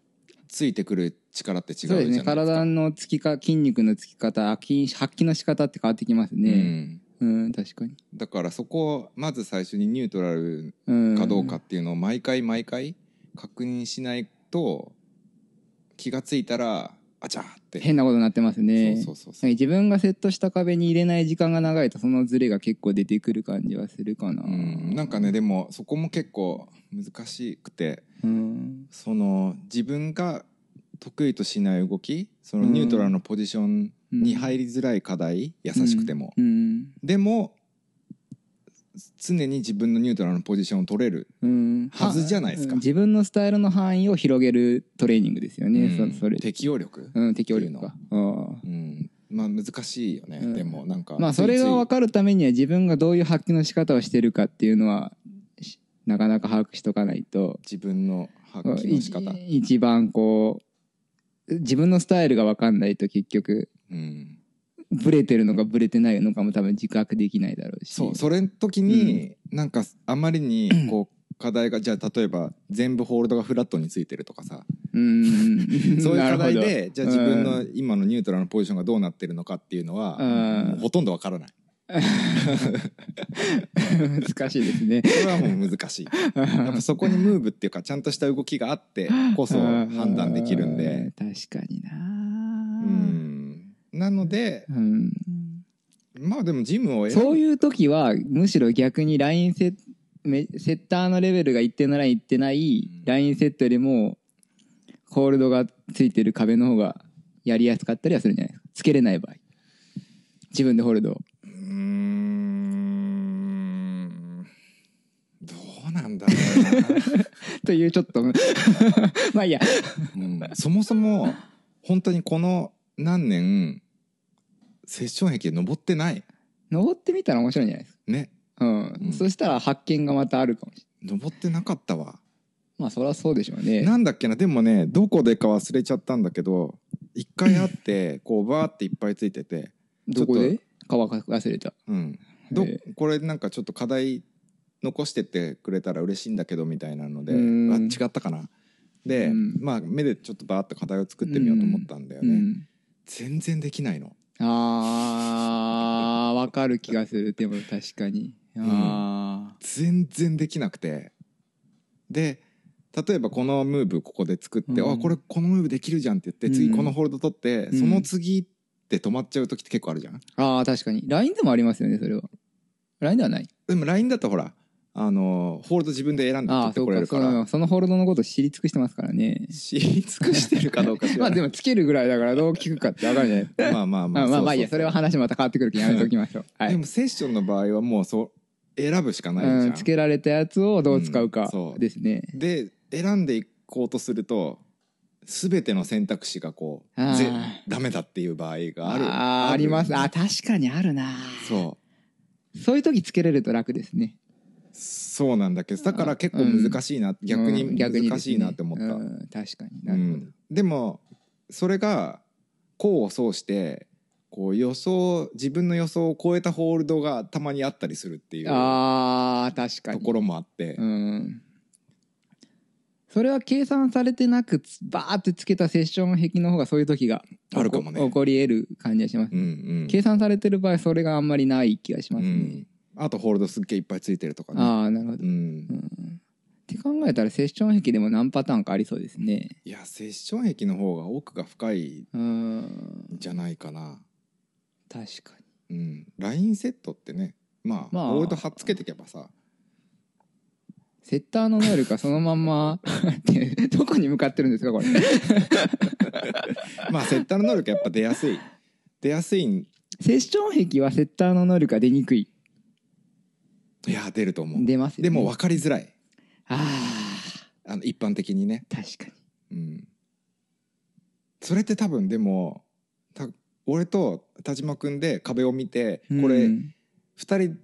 C: ついてくる力って違うじゃ
E: そう
C: な
E: で
C: い
E: す
C: です
E: ね
C: か。
E: 体のつきか筋肉のつき方発揮発揮の仕方って変わってきます
C: う
E: ね
C: ん
E: うん、確かに、
C: だからそこをまず最初にニュートラル
E: うん、
C: かどうかっていうのを毎回毎回確認しないと気がついたらあちゃーって
E: 変なことになってますね
C: そうそうそうそう、
E: 自分がセットした壁に入れない時間が長いとそのズレが結構出てくる感じはするかな、
C: うん、なんかねでもそこも結構難しくて
E: うん
C: その自分が得意としない動きそのニュートラルのポジションに入りづらい課題、優しくても、
E: うん
C: でも常に自分のニュートラルのポジションを取れる
E: うん
C: はずじゃないですか
E: うん自分のスタイルの範囲を広げるトレーニングですよね、
C: うん
E: そそれ、
C: 適応力、
E: うん、適応力かうん
C: うん、まあ難しいよね、
E: うん
C: でもなんか
E: まあそれが分
C: か
E: かるためには自分がどういう発揮の仕方をしてるかっていうのはしなかなか把握しとかないと
C: 自分の発揮の仕方、
E: い一番こう自分のスタイルが分かんないと結局
C: うん、
E: ブレてるのかブレてないのかも多分自覚できないだろうし
C: そうそれの時に、なんかあまりにこう課題がじゃあ例えば全部ホールドがフラットについてるとかさ
E: うん
C: そういう課題、
E: なる
C: でじゃあ自分の今のニュートラルのポジションがどうなってるのかっていうのは、
E: うん
C: もうほとんどわからない
E: ほど 難しいですね
C: それはもう難し いやっぱそこにムーブっていうかちゃんとした動きがあってこそ判断できるんで
E: う確かにな
C: うんなので
E: うん
C: まあでもジムを選ぶ
E: そういう時はむしろ逆にラインセめセッターのレベルが一定ならいってない
C: うん
E: ラインセットよりもホールドがついてる壁の方がやりやすかったりはするんじゃないですかつけれない場合自分でホールドを
C: うーんどうなんだろうな、
E: というちょっと まあいいや
C: うんそもそも本当にこの何年セッション壁登ってない
E: 登ってみたら面白いんじゃないですか
C: ね
E: うん、
C: うん
E: そしたら発見がまたあるかもしれない
C: 登ってなかったわ
E: まあそりゃそうでしょうね
C: なんだっけなでもねどこでか忘れちゃったんだけど一回あ ってこうバーっていっぱいついてて、
E: どこ
C: ちょ
E: で乾か忘れた
C: うん、ど
E: え
C: これなんかちょっと課題残してってくれたら嬉しいんだけどみたいなのであ
E: うん
C: 違ったかなで、
E: うん
C: まあ目でちょっとバーっと課題を作ってみようと思ったんだよ
E: う
C: ね、
E: ん
C: 全然できないの
E: あーわかる気がするでも確かにあ
C: 全然できなくてで例えばこのムーブここで作って、
E: うん
C: あこれこのムーブできるじゃんって言って次このホールド取って、
E: うん
C: その次って止まっちゃう時って結構あるじゃん
E: ーあー確かに LINE でもありますよねそれは LINE ではない
C: でも LINE だとほらあのホールド自分で選んで取
E: あ
C: っ
E: あ
C: て
E: そう
C: これ
E: か
C: る
E: そ
C: から
E: のそのホールドのこと知り尽くしてますからね
C: 知り尽くしてるかどうか知 ら
E: まあ
C: ない
E: でもつけるぐらいだからどう聞くかってわかるじゃないですか
C: まあまあま
E: ま
C: あ
E: あまあまあいいや
C: うう
E: それは話また変わってくるけどやめておきましょうは
C: で
E: い
C: もセッションの場合はもうそう選ぶしかないじゃん、
E: うんつけられたやつをどう使う
C: うん
E: か
C: そう
E: ですね
C: で選んでいこうとすると全ての選択肢がこ
E: あ
C: う
E: ー
C: ぜダメだっていう場合がある
E: あーありますあ確かにあるな
C: そう
E: そういう時つけれると楽ですね
C: そうなんだけどだから結構
E: うん
C: 難しいな、逆
E: う
C: に
E: ん
C: 難しいな
E: で
C: っ
E: す
C: て思った、
E: ね
C: うん
E: うん確かになるほど
C: でもそれが功を奏してこう予想自分の予想を超えたホールドがたまにあったりするっていうと
E: あー確かに
C: ころもあって、
E: うんそれは計算されてなくつバーってつけたセッション壁の方がそういう時が
C: あるかもね
E: 起こ起こり得る感じがします、
C: うんうん
E: 計算されてる場合それがあんまりない気がします
C: う
E: ね、
C: ん、あとホールドすっげえいっぱいついてるとかね
E: ああなるほど、
C: うん
E: う、んって考えたらセッション壁でも何パターンかありそうですね
C: いやセッション壁の方が奥が深いん
E: うん
C: じゃないかな、
E: 確かに
C: うん、ラインセットってねまあ、
E: まあ
C: ホールドはっつけていけばさ
E: セッターの能力がそのまんま ってどこに向かってるんで すかこれ
C: まあセッターの能力やっぱ出やすい出やすいん
E: セッション壁はセッターの能力が出にくい
C: いや出ると思うで,、
E: 出ますよ、ね、
C: も分かりづらい
E: あ
C: あの一般的にね、
E: あ確かに
C: うん、それって多分でもた俺と田島君で壁を見て、こ
E: う
C: れ
E: ん
C: 2人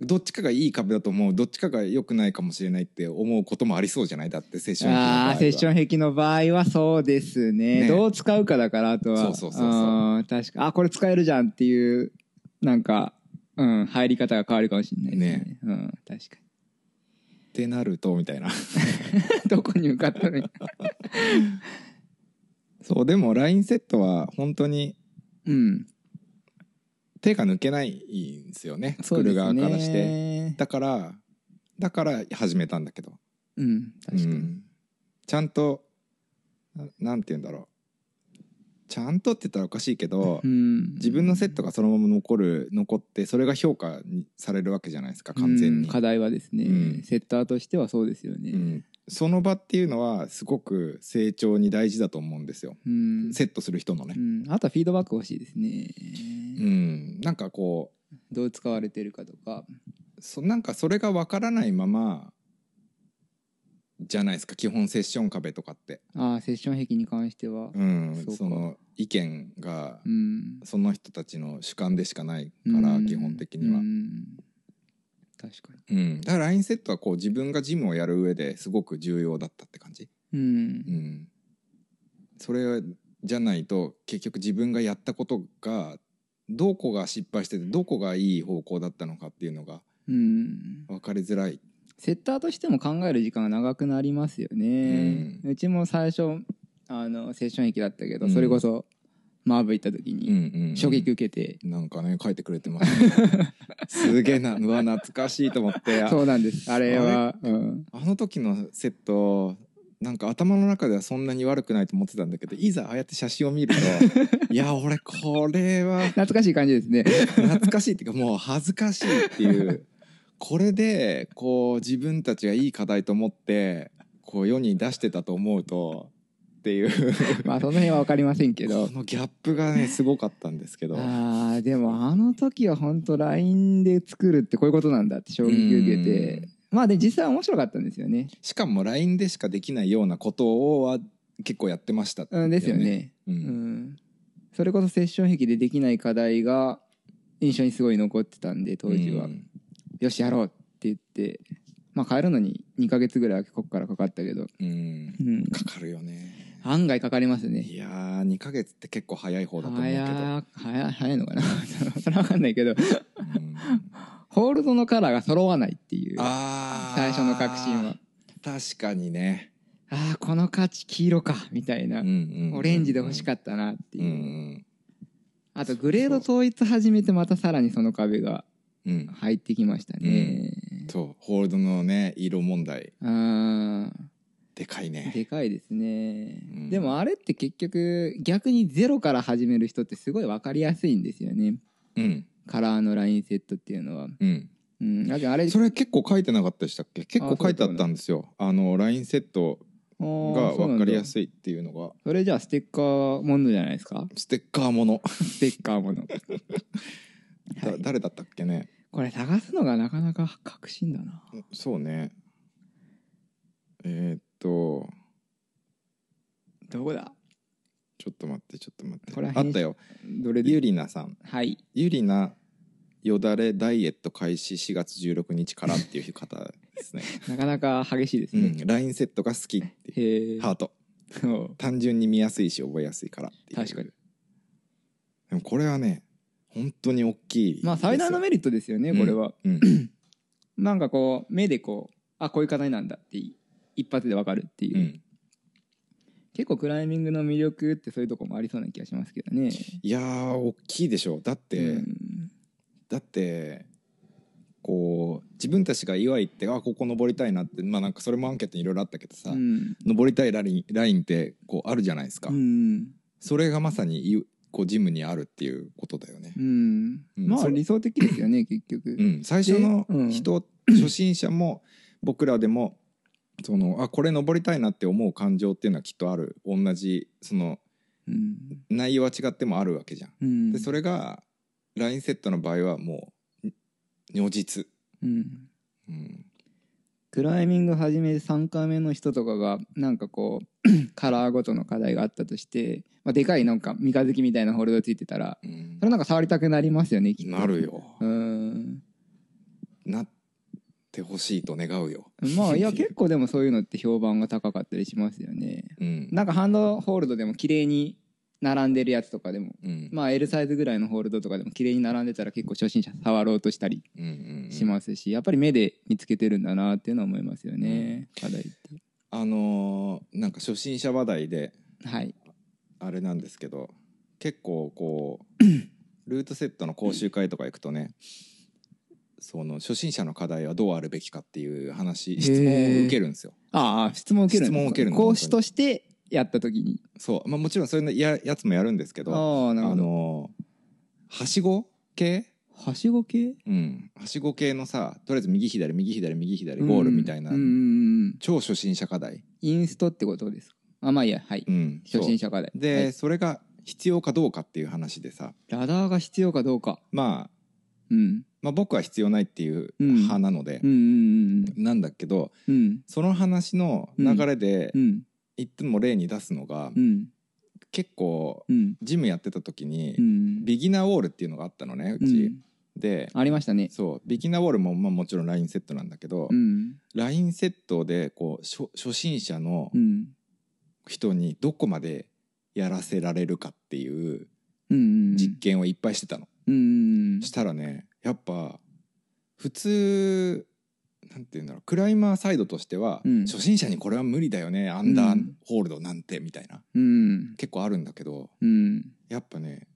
C: どっちかがいい株だと思うどっちかが良くないかもしれないって思うこともありそうじゃないだってセッション
E: ああセッショ
C: ン
E: ン壁の場合はそうですね
C: ね
E: どう使うかだからあとは
C: そうそうそうそう
E: あー確かあこれ使えるじゃんっていうなんか、うん、入り方が変わるかもしれないですねうん、確か
C: ってなるとみたいな
E: に どこに向かったの
C: そうでもラインセットは本当に
E: うん
C: 手が抜けないんですよね
E: そ
C: 作
E: うで
C: る
E: す
C: 側
E: ね
C: からして、だからだから始めたんだけど
E: うん確かに、
C: うんちゃんとななんて言うんだろうちゃんとって言ったらおかしいけど、
E: うん
C: 自分のセットがそのまま残る残ってそれが評価にされるわけじゃないですか完全
E: うん
C: に、
E: 課題はですね、
C: うん
E: セッターとしてはそうですよ
C: う
E: ね、
C: んその場っていうのはすごく成長に大事だと思うんですよ、
E: うん
C: セットする人のね
E: う、ん、あとはフィードバック欲しいですね、
C: うんなんかこ
E: どう使われてるかとか
C: うそなんかそれがわからないままじゃないですか基本セッション壁とかって、
E: ああセッション壁に関しては
C: うん
E: そうか
C: その意見が
E: うん
C: その人たちの主観でしかないから、
E: うん
C: 基本的には、
E: う
C: うん
E: ん確か
C: だからラインセットはこう自分がジムをやる上ですごく重要だったって感じ、
E: にうん
C: うん、それじゃないと結局自分がやったことがどこが失敗しててどこがいい方向だったのかっていうのが
E: うん
C: 分かりづらい、
E: セッターとしても考える時間が長くなりますよね、うちも最初あのセッション壁だったけど、
C: うん
E: それこそマーブ行った時に
C: ん
E: 衝撃受けて、
C: なんかね書いてくれてます、ね、 すげえなうわ懐かしいと思ってあ
E: そうなんですあれはうん
C: あの時のセットなんか頭の中ではそんなに悪くないと思ってたんだけどいざああやって写真を見る といや俺これは
E: 懐かしい感じですね
C: 懐かしいっていうかもう恥ずかしいっていうこれでこう自分たちがいい課題と思ってこう世に出してたと思うとっていう
E: まあその辺は分かりませんけど
C: このギャップがねすごかったんですけど
E: あーでもあの時は本当 LINE で作るってこういうことなんだって衝撃受け
C: う
E: て
C: ん
E: まあで実際は面白かったんですよね、
C: しかも LINE でしかできないようなことをは結構やってましたってい
E: うん、ですよね、
C: う
E: うん
C: ん
E: それこそセッション壁でできない課題が印象にすごい残ってたんで当時は、
C: うん
E: よしやろうって言ってまあ変えるのに2ヶ月ぐらいここからかかったけど、
C: うん
E: うん、
C: かかるよね
E: 案外かかりますね
C: いやー2ヶ月って結構早い方だと思うけど、
E: 早早早いのかな それは分かんないけど
C: うん
E: ホールドのカラーが揃わないっていう
C: あー
E: 最初の確信は
C: 確かにね、
E: ああこの価値黄色かみたいな、オレンジで欲し
C: っ
E: かったなって
C: た
E: いう、
C: うん
E: あとグレード統一始めてまたさらにその壁が
C: うんうん
E: 入ってきましたね、
C: そうホールドのね色問題
E: ああ
C: でかいね
E: でかいですね、
C: うん
E: でもあれって結局逆にゼロから始める人ってすごい分かりやすいんですよね
C: うん
E: カラーのラインセットっていうのは、
C: うん
E: うん、だけどあれ
C: それ結構書いてなかったでしたっけ結構書いてあったんですよあのラインセット
E: あー
C: が
E: そうな
C: 分
E: ん
C: か
E: だ
C: りやすいっていうのが
E: それじゃあステッカーものじゃないですか
C: ステッカーもの、
E: ステッカ ーもの
C: だ
E: はい
C: 誰だったっけね
E: これ探すのがなかなか確信だな
C: そうねえー、っと
E: どこだ
C: ちょっと待ってちょっと待って
E: これは
C: あ
E: 編集
C: ったよ
E: どれで
C: ゆりなさん
E: はい
C: ゆりなよだれダイエット開始4月16日からっていう方です ね、
E: なかなか激しいです
C: う
E: ね、
C: ん、ラインセットが好きっていう
E: へえ
C: ハー ト
E: そう
C: 単純に見やすいし覚えやすいからっていう
E: 確かに
C: でもこれはね本当に大きいですよ
E: まあ最大のメリットですよね、これは
C: うん
E: なんかこう目でこうあこういう課題なんだってい一発でわかるっていう、
C: うん
E: 結構クライミングの魅力ってそういうとこもありそうな気がしますけどね、
C: いやー大きいでしょだって、
E: うん
C: だってこう自分たちが岩行ってあここ登りたいなってまあなんかそれもアンケートにいろいろあったけどさ、
E: うん
C: 登りたいラインラインってこうあるじゃないですか、
E: うん
C: それがまさにいこうジムにあるっていうことだよね
E: う、ん
C: うん
E: まあ
C: それ
E: 理想的ですよね結局、
C: うん、最初の
E: でうん
C: 人、初心者も僕らでもそのあこれ登りたいなって思う感情っていうのはきっとある同じその
E: うん
C: 内容は違ってもあるわけじゃん。
E: うん
C: でそれがラインセットの場合はもう如実、
E: うん
C: うん
E: クライミング始めて3回目の人とかがなんかこう カラーごとの課題があったとして、まあ、でかいなんか三日月みたいなホールドついてたら
C: うん
E: それなんか触りたくなりますよねきっと
C: なるよ。
E: うん
C: なってほしいと願うよ。
E: ま あいや結構でもそういうのって評判が高かったりしますよね
C: うん。
E: なんかハンドホールドでも綺麗に並んでるやつとかでも
C: うん。
E: まあ L サイズぐらいのホールドとかでも綺麗に並んでたら結構初心者触ろうとしたり
C: うんうんうん
E: しますし、やっぱり目で見つけてるんだなっていうのは思いますよね、課題って
C: あのーなんか初心者話題で
E: はい
C: あれなんですけど結構こ うルートセットの講習会とか行くとねその初心者の課題はどうあるべきかっていう
E: へー
C: 話質問を受けるんですよ。
E: ああ質問を受ける
C: 質問を受けるの
E: 講師としてやった時に
C: そうまあ、もちろんそういうのややつもやるんですけどあ
E: ああなるほど
C: のーはしご系、
E: はしご系
C: うん、はしご系のさとりあえず右左右左右左ゴールみたいな、
E: うんうんうんうん
C: 超初心者課題、
E: インストってことですかあまあいいやはい、
C: うん、
E: 初心
C: 者
E: 者課題
C: で、それが必要かどうかっていう話でさ
E: はいラダーが必要かどうか
C: まあ
E: うん
C: まあ、僕は必要ないっていう
E: うん
C: 派なので
E: う、んうん
C: なんだけど
E: うんうん
C: その話の流れで
E: うん
C: いつも例に出すのが、
E: うん
C: 結構
E: うん
C: ジムやってた時に、
E: うん
C: ビギナーウォールっていうのがあったのねうち、
E: うん
C: で
E: ありましたね
C: そうビギナーウォールも、まあ、もちろんラインセットなんだけど、
E: うん
C: ラインセットでこう初初心者の
E: うん
C: 人にどこまでやらせられるかっていう
E: うん
C: 実験をいっぱいしてたの。
E: うん
C: したらねやっぱ普通なんて言うんだろうクライマーサイドとしては、
E: うん
C: 初心者にこれは無理だよねアンダーホールドなんてみたいな、
E: うん
C: 結構あるんだけど
E: うん
C: やっぱね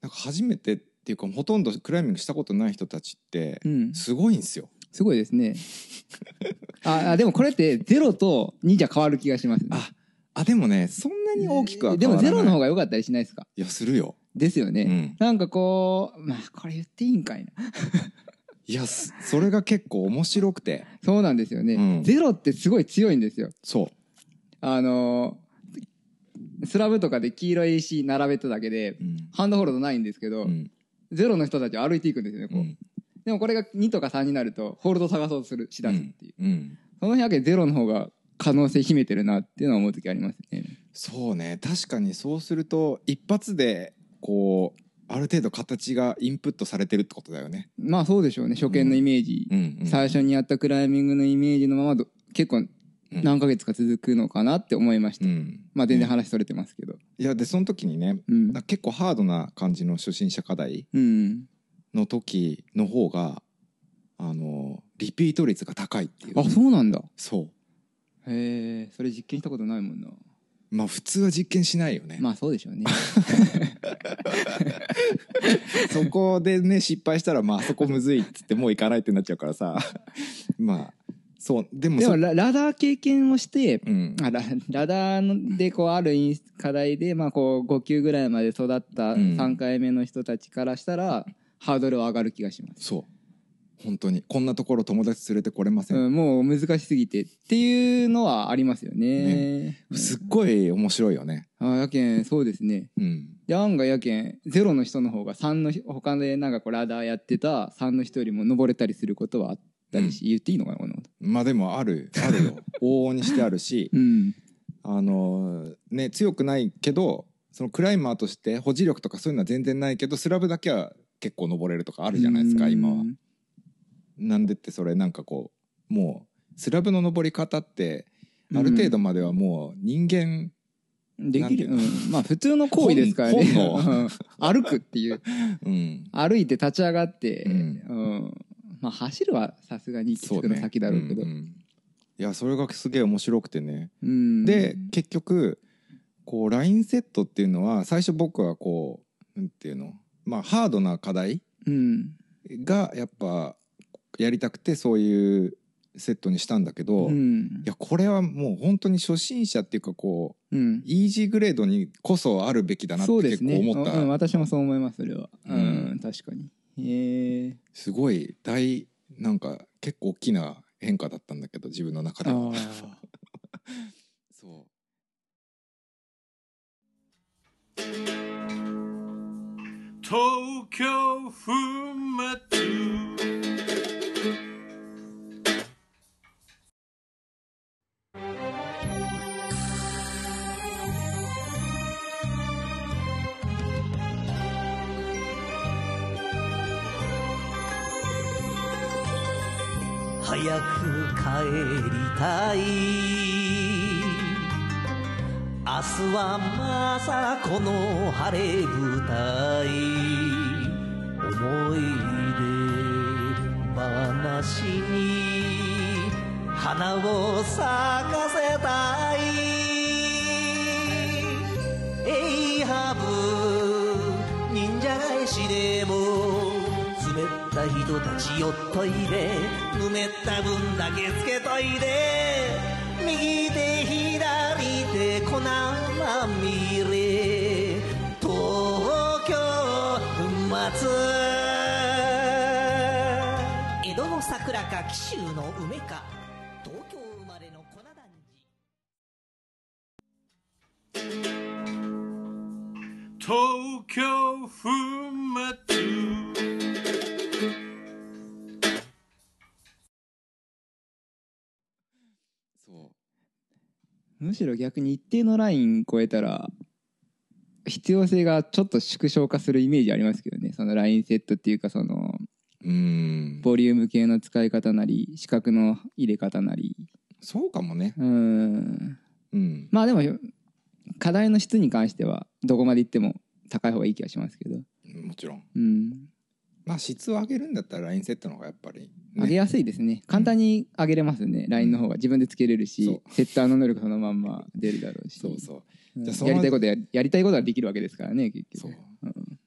C: なんか初めてっていうかほとんどクライミングしたことない人たちって
E: うん
C: すごいんですよ。
E: すごいですねああでもこれって0と2じゃ変わる気がしますね
C: ああでもねそんなに大きくは
E: で
C: 変わ
E: も
C: らない
E: 0の方が良かったりしないですか
C: いやするよ。
E: ですよね、
C: うん
E: なんかこうまあこれ言っていいんかいない
C: やすそれが結構面白くて
E: そうなんですよね、
C: うん
E: ゼロってすごい強いんですよ
C: そう
E: あのースラブとかで黄色い石並べただけで、
C: うん
E: ハンドホールドないんですけど、
C: うん
E: ゼロの人たちは歩いていくんですよねこ
C: う
E: う、
C: ん
E: でもこれが2とか3になるとホールド探そうとするしだすっていう、
C: うん
E: その辺だけゼロの方が可能性秘めてるなっていうのは思う時ありますね
C: そうね確かにそうすると一発でこうある程度形がインプットされてるってことだよね。
E: まあそうでしょうね初見のイメージ、
C: うん
E: 最初にやったクライミングのイメージのままど結構
C: うん
E: 何ヶ月か続くのかなって思いました、
C: うん
E: まあ全然話それてますけど
C: いやでその時にね
E: うん
C: なんか結構ハードな感じの初心者課題
E: うん
C: の時の方があのリピート率が高いっていう
E: あそうなんだ
C: そ
E: へえそれ実験したことないもんな
C: うまあ普通は実験しないよね、
E: まあそうでしょうね
C: そこでね 失敗したらまああそこむずいっつってもう行かないってなっちゃうからさ まあそうでも
E: で
C: そ
E: もララダー経験をして
C: うん
E: あララダーのでこうあるインス課題でまあこう5級ぐらいまで育った
C: うん
E: 3回目の人たちからしたら、ハードルは上がる気がします、
C: そう本当にこんなところ友達連れてこれません、
E: うん、もう難しすぎてっていうのはありますよねうん
C: すっごい面白いよね
E: あやけんそうですね
C: うん
E: で案外やけんゼロの人の方が3の他でなんかこうラダーやってた3の人よりも登れたりすることはあったりし、言っていいのかなこの
C: まあでもあるあるよ往々にしてあるし
E: うん
C: あのーね強くないけどそのクライマーとして保持力とかそういうのは全然ないけどスラブだけは結構登れるとかあ
E: あ
C: るじゃないですか今は。なんでってそれなんかこうもうスラブの登り方ってある程度まではもう人間、
E: できる、
C: な
E: うん
C: てい
E: ん、まあ普通の行為ですからね
C: 本能
E: うん歩くっていう
C: うん
E: 歩いて立ち上がって、
C: う
E: うんんまあ走るはさすがに行き
C: そ
E: 着
C: う
E: くの先だろうけど
C: ねんんいやそれがすげえ面白くてね
E: うん
C: で結局こうラインセットっていうのは最初僕はこうなんていうのまあハードな課題
E: うん
C: がやっぱやりたくてそういうセットにしたんだけど、
E: う
C: い
E: ん
C: やこれはもう本当に初心者っていうかこう
E: うん
C: イージーグレードにこそあるべきだなって
E: そうで
C: 結
E: すね
C: 構思ったす,、
E: うん、私もそう思いますそれは
C: う
E: う
C: ん
E: ん確かにへ え
C: ごい大なんか結構大きな変化だったんだけど自分の中では。
E: あ
C: そう
B: 東京ふまつ
E: 「
F: 早く帰りたい明日はまさこの晴れ舞台思い出話に花を咲かせたい A ハブ忍者返しでも冷った人たち寄っといでぬめった分だけつけといで右手左手粉まみれ東京松江戸の桜か紀州の梅か東京生まれの粉団子
G: 東京ふまつ
D: そ
E: むしろ逆に一定のライン超えたら必要性がちょっと縮小化するイメージありますけどねそのラインセットっていうかその
C: うーん
E: ボリューム系の使い方なり視覚の入れ方なり
C: そうかもね
E: うーん
C: うん
E: まあでも課題の質に関してはどこまでいっても高い方がいい気がしますけど
C: もちろん
E: うん
C: まあ質を上げるんだったらラインセットの方がやっぱり、ね
E: 上げやすいですね簡単に上げれますね、ラインの方が自分でつけれるし
C: そ
E: セッターの能力そのまんま出るだろうし
C: そうそう
E: うん
C: じゃあその
E: やりたいことややりたいことはできるわけですからね結
C: そ
E: 局
C: う、
E: ん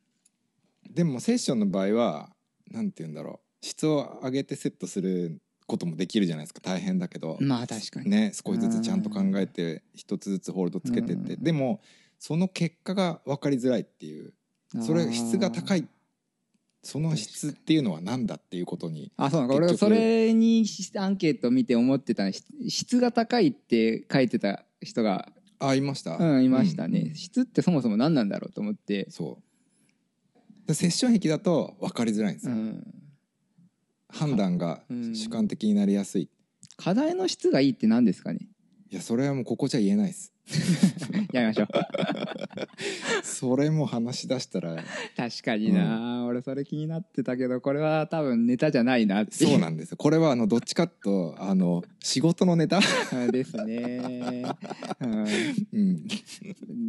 C: でもセッションの場合はなんて言うんだろう質を上げてセットすることもできるじゃないですか大変だけど、
E: まあ確かに、
C: ね少しずつちゃんと考えて一つずつホールドつけてって、
E: うん
C: でもその結果が分かりづらいっていうそれ質が高
E: い
C: いその質っていうのは何だっていうことに
E: あそうなんか俺が
C: 結
E: そ
C: 局
E: れにアンケート見て思ってたのし質が高いって書いてた人が
C: あいました
E: うんいましたね、
C: うん
E: 質ってそもそも何なんだろうと思って、
C: そうでセッション壁だと分かりづらいんです
E: う
C: よ、
E: ん、
C: 判断が
E: うん
C: 主観的になりやすい、
E: 課題の質がいいって何ですかね
C: いやそれはもうここじゃ言えないです
E: やめましょう
C: それも話し出した ら
E: 確かにな、俺それ気になってたけどこれは多分ネタじゃないなってい
C: そうなんですよこれはあのどっちかとあの仕事のネタ、
E: うん ですね、う
C: うん、
E: ん、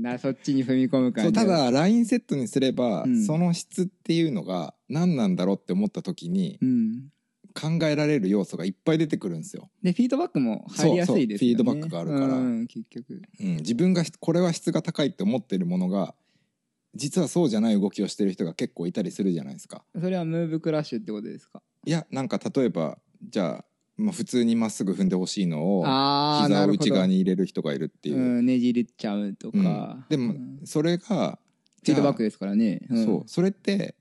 E: なそっちに踏み込む感
C: そう
E: じ
C: ただラインセットにすれば、
E: うん
C: その質っていうのが何なんだろうって思った時に
E: うん
C: 考えられる要素がいっぱい出てくるんですよ、
E: でフィードバックも入りやすいですよね
C: そうそうフィードバックがあるから
E: うん、結局
C: うん、自分がひこれは質が高いって思ってるものが実はそうじゃない動きをしてる人が結構いたりするじゃないですか
E: それはムーブクラッシュってことですか
C: いやなんか例えばじゃあ、まあ、普通にまっすぐ踏んでほしいのを
E: ああ
C: 膝を内側
E: っ
C: に入れる人がいるって
E: て
C: いう、
E: ん、ねじれちゃうとか、
C: うんでも
E: うん
C: それがじ
E: フィー
C: ゃあ
E: ドバックですからね、ん
C: そうそれって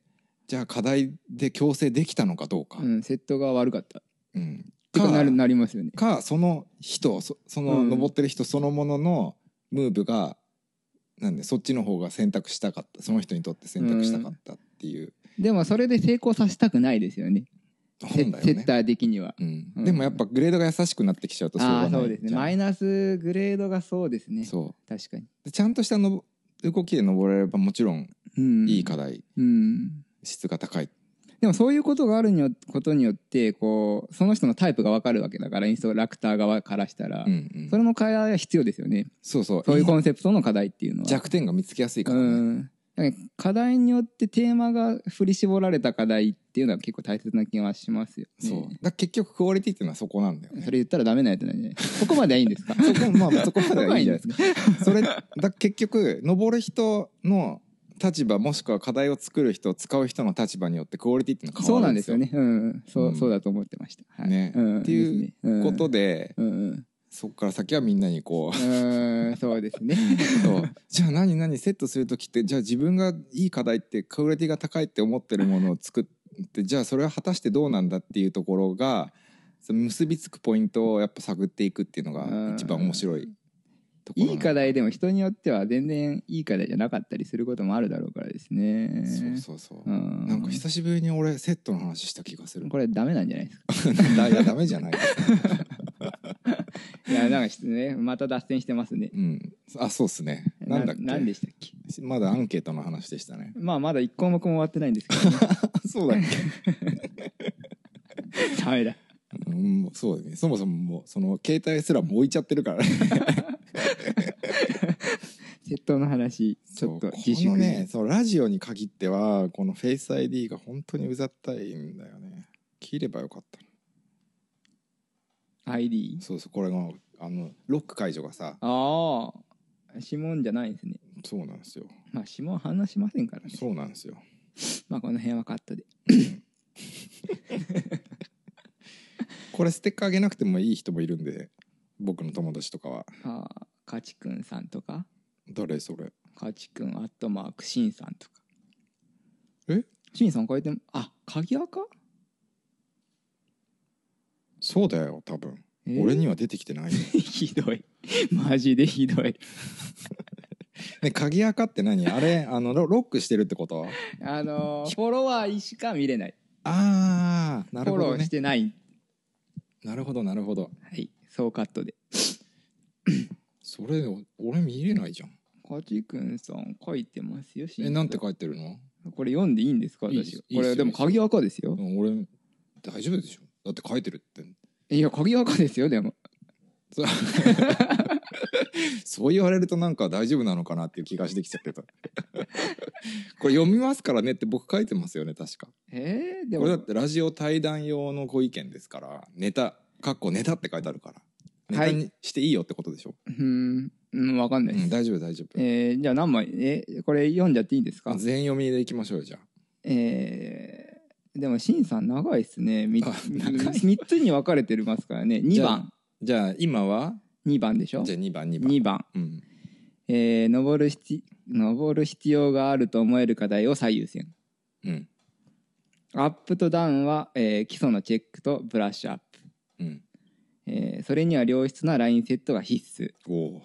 C: じゃあ課題で強制できたのかどうか、
E: うん、セットが悪かった
C: うん
E: て
C: か
E: かなるなりますよね
C: かその人そその
E: うん
C: 登ってる人そのもののムーブが、なんでそっちの方が選択したかったその人にとって選択したかったっていう、
E: でもそれで成功させたくないですよねセ
C: 本だ
E: セ
C: よ
E: ッ
C: ね
E: タ、ー的には
C: うん
E: うん
C: でもやっぱグレードが優しくなってきちゃうとしょうが
E: あ
C: な
E: あ
C: い
E: そうですね
C: じゃん
E: マイナスグレードがそうですね
C: そ
E: 確かに、
C: うでちゃんとしたのぼ動きで登れればもちろん
E: うん、
C: いい課題、
E: うん
C: 質が高い
E: でもそういうことがあるによことによってこうその人のタイプが分かるわけだからインストラクター側からしたら、
C: うんうん
E: それの課題は必要ですよね
C: そうそう
E: そういうコンセプトの課題っていうのは
C: 弱点が見つけやすいから
E: う
C: ね、
E: んだから課題によってテーマが振り絞られた課題っていうのは結構大切な気はしますよね
C: そうだから結局クオリティっていうのはそこなんだよね
E: それ言ったらダメなやつなんじゃないそこまではいいんですか
C: そこまあそ こまではいいんじゃないですか。それだ結局登る人の立場もしくは課題を作る人使う人の立場によってクオリティっていうのは変
E: そう
C: わ
E: な
C: る
E: ん
C: んで
E: です
C: すよ。
E: よねうんそう,、
C: うん
E: そうだと思ってました、はい
C: ね
E: うん、
C: っていう
E: う
C: ことで、
E: うんうん
C: そこから先はみんなにこう。
E: うんそうです ね
C: そうじゃあ何何セットする時ってじゃあ自分がいい課題ってクオリティが高いって思ってるものを作ってじゃあそれは果たしてどうなんだっていうところがその結びつくポイントをやっぱ探っていくっていうのが一番面白いところ
E: いい課題でも人によっては全然いい課題じゃなかったりすることもあるだろうからですね
C: そうそうそう、
E: うん
C: なんか久しぶりに俺セットの話した気がする。
E: これダメなんじゃないですか
C: だいやダメじゃ ない。
E: いやなんかしねまた脱線してますね
C: うん。あそうですね。なんだっけ。
E: 何でしたっけ。
C: まだアンケートの話でしたね
E: まあまだ一項 目も終わってないんですけど、ね、
C: そうだっけ。
E: ダメだ
C: うん、そうだねそもそももうその携帯すらもう置いちゃってるから ね
E: 窃盗の話ちょっ
C: そ
E: と
C: う
E: 自
C: こ
E: 粛
C: の
E: ね
C: ねそうラジオに限ってはこのフェイス ID が本当にうざったいんだよね切ればよかった
E: ID
C: そうそうこれのあのロック解除がさ
E: ああ指紋じゃないですね
C: そうなんですよ
E: まあ指紋話しませんからね
C: そうなんですよ
E: まあこの辺はカットで
C: これステッカーあげなくてもいい人もいるんで僕の友達とかは
E: ああかちくんさんとか
C: 誰それ
E: かちくんアットマークしんさんとか
C: え
E: しんさん書いてもあ鍵垢
C: そうだよ多分、
E: えー
C: 俺には出てきてない よ
E: ひどいマジでひどい
C: ね鍵垢って何あれあのロロックしてるってこと
E: あのーフォロワーしか見れない
C: ああなるほ
E: フォ
C: ど
E: ローし
C: ね
E: てない
C: なるほどなるほど
E: はい総カットで
C: それ俺見れないじゃん
E: かちくんさん書いてますよし
C: えなんて書いてるの
E: これ読んでいいんですか
C: いいで
E: 私
C: すいい
E: こ
C: ですよ
E: れでも鍵垢ですよ
C: うん俺大丈夫でしょだって書いてるって
E: いや鍵垢ですよでも
C: そそう言われるとなんか大丈夫なのかなっていう気がしてきちゃってた これ読みますからねって僕書いてますよね確か
E: えー、で
C: こ
E: も
C: れだってラジオ対談用のご意見ですからネタかっこネタって書いてあるからネタにしていいよってことでしょ、
E: うーんうんわかんないで
C: う
E: す
C: ん、大丈夫大丈夫、
E: えーじゃあ何枚えこれ読んじゃっていいんですか
C: 全読みでいきましょうよじゃあ
E: えーでもしんさん長いっすね 3,
C: あ長い
E: 三つに分かれてますからね
C: じ
E: 2
C: ゃあ
E: 番
C: じゃあ今は
E: 2番でしょ
C: じゃあ2番2番
E: 2番、
C: うん、
E: えー登る必登る必要があると思える課題を最優先
C: うん
E: アップとダウンは、えー基礎のチェックとブラッシュアップ、
C: うん、
E: えーそれには良質なラインセットが必須
C: おお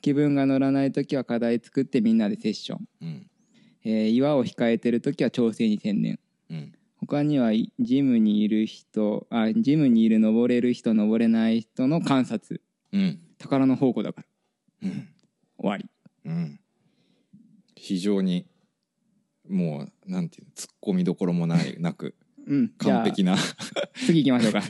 E: 気分が乗らない時は課題作ってみんなでセッション、
C: ううん
E: えー岩を控えてる時は調整に専念
C: うん
E: 他にはいジムにいる人あジムにいる登れる人登れない人の観察
C: うん
E: 宝の宝庫だから
C: うん
E: 終わり
C: うん、非常にもうなんていうのツッコミどころもないなく
E: うんじゃあ
C: 完璧な
E: 次行き ましょうか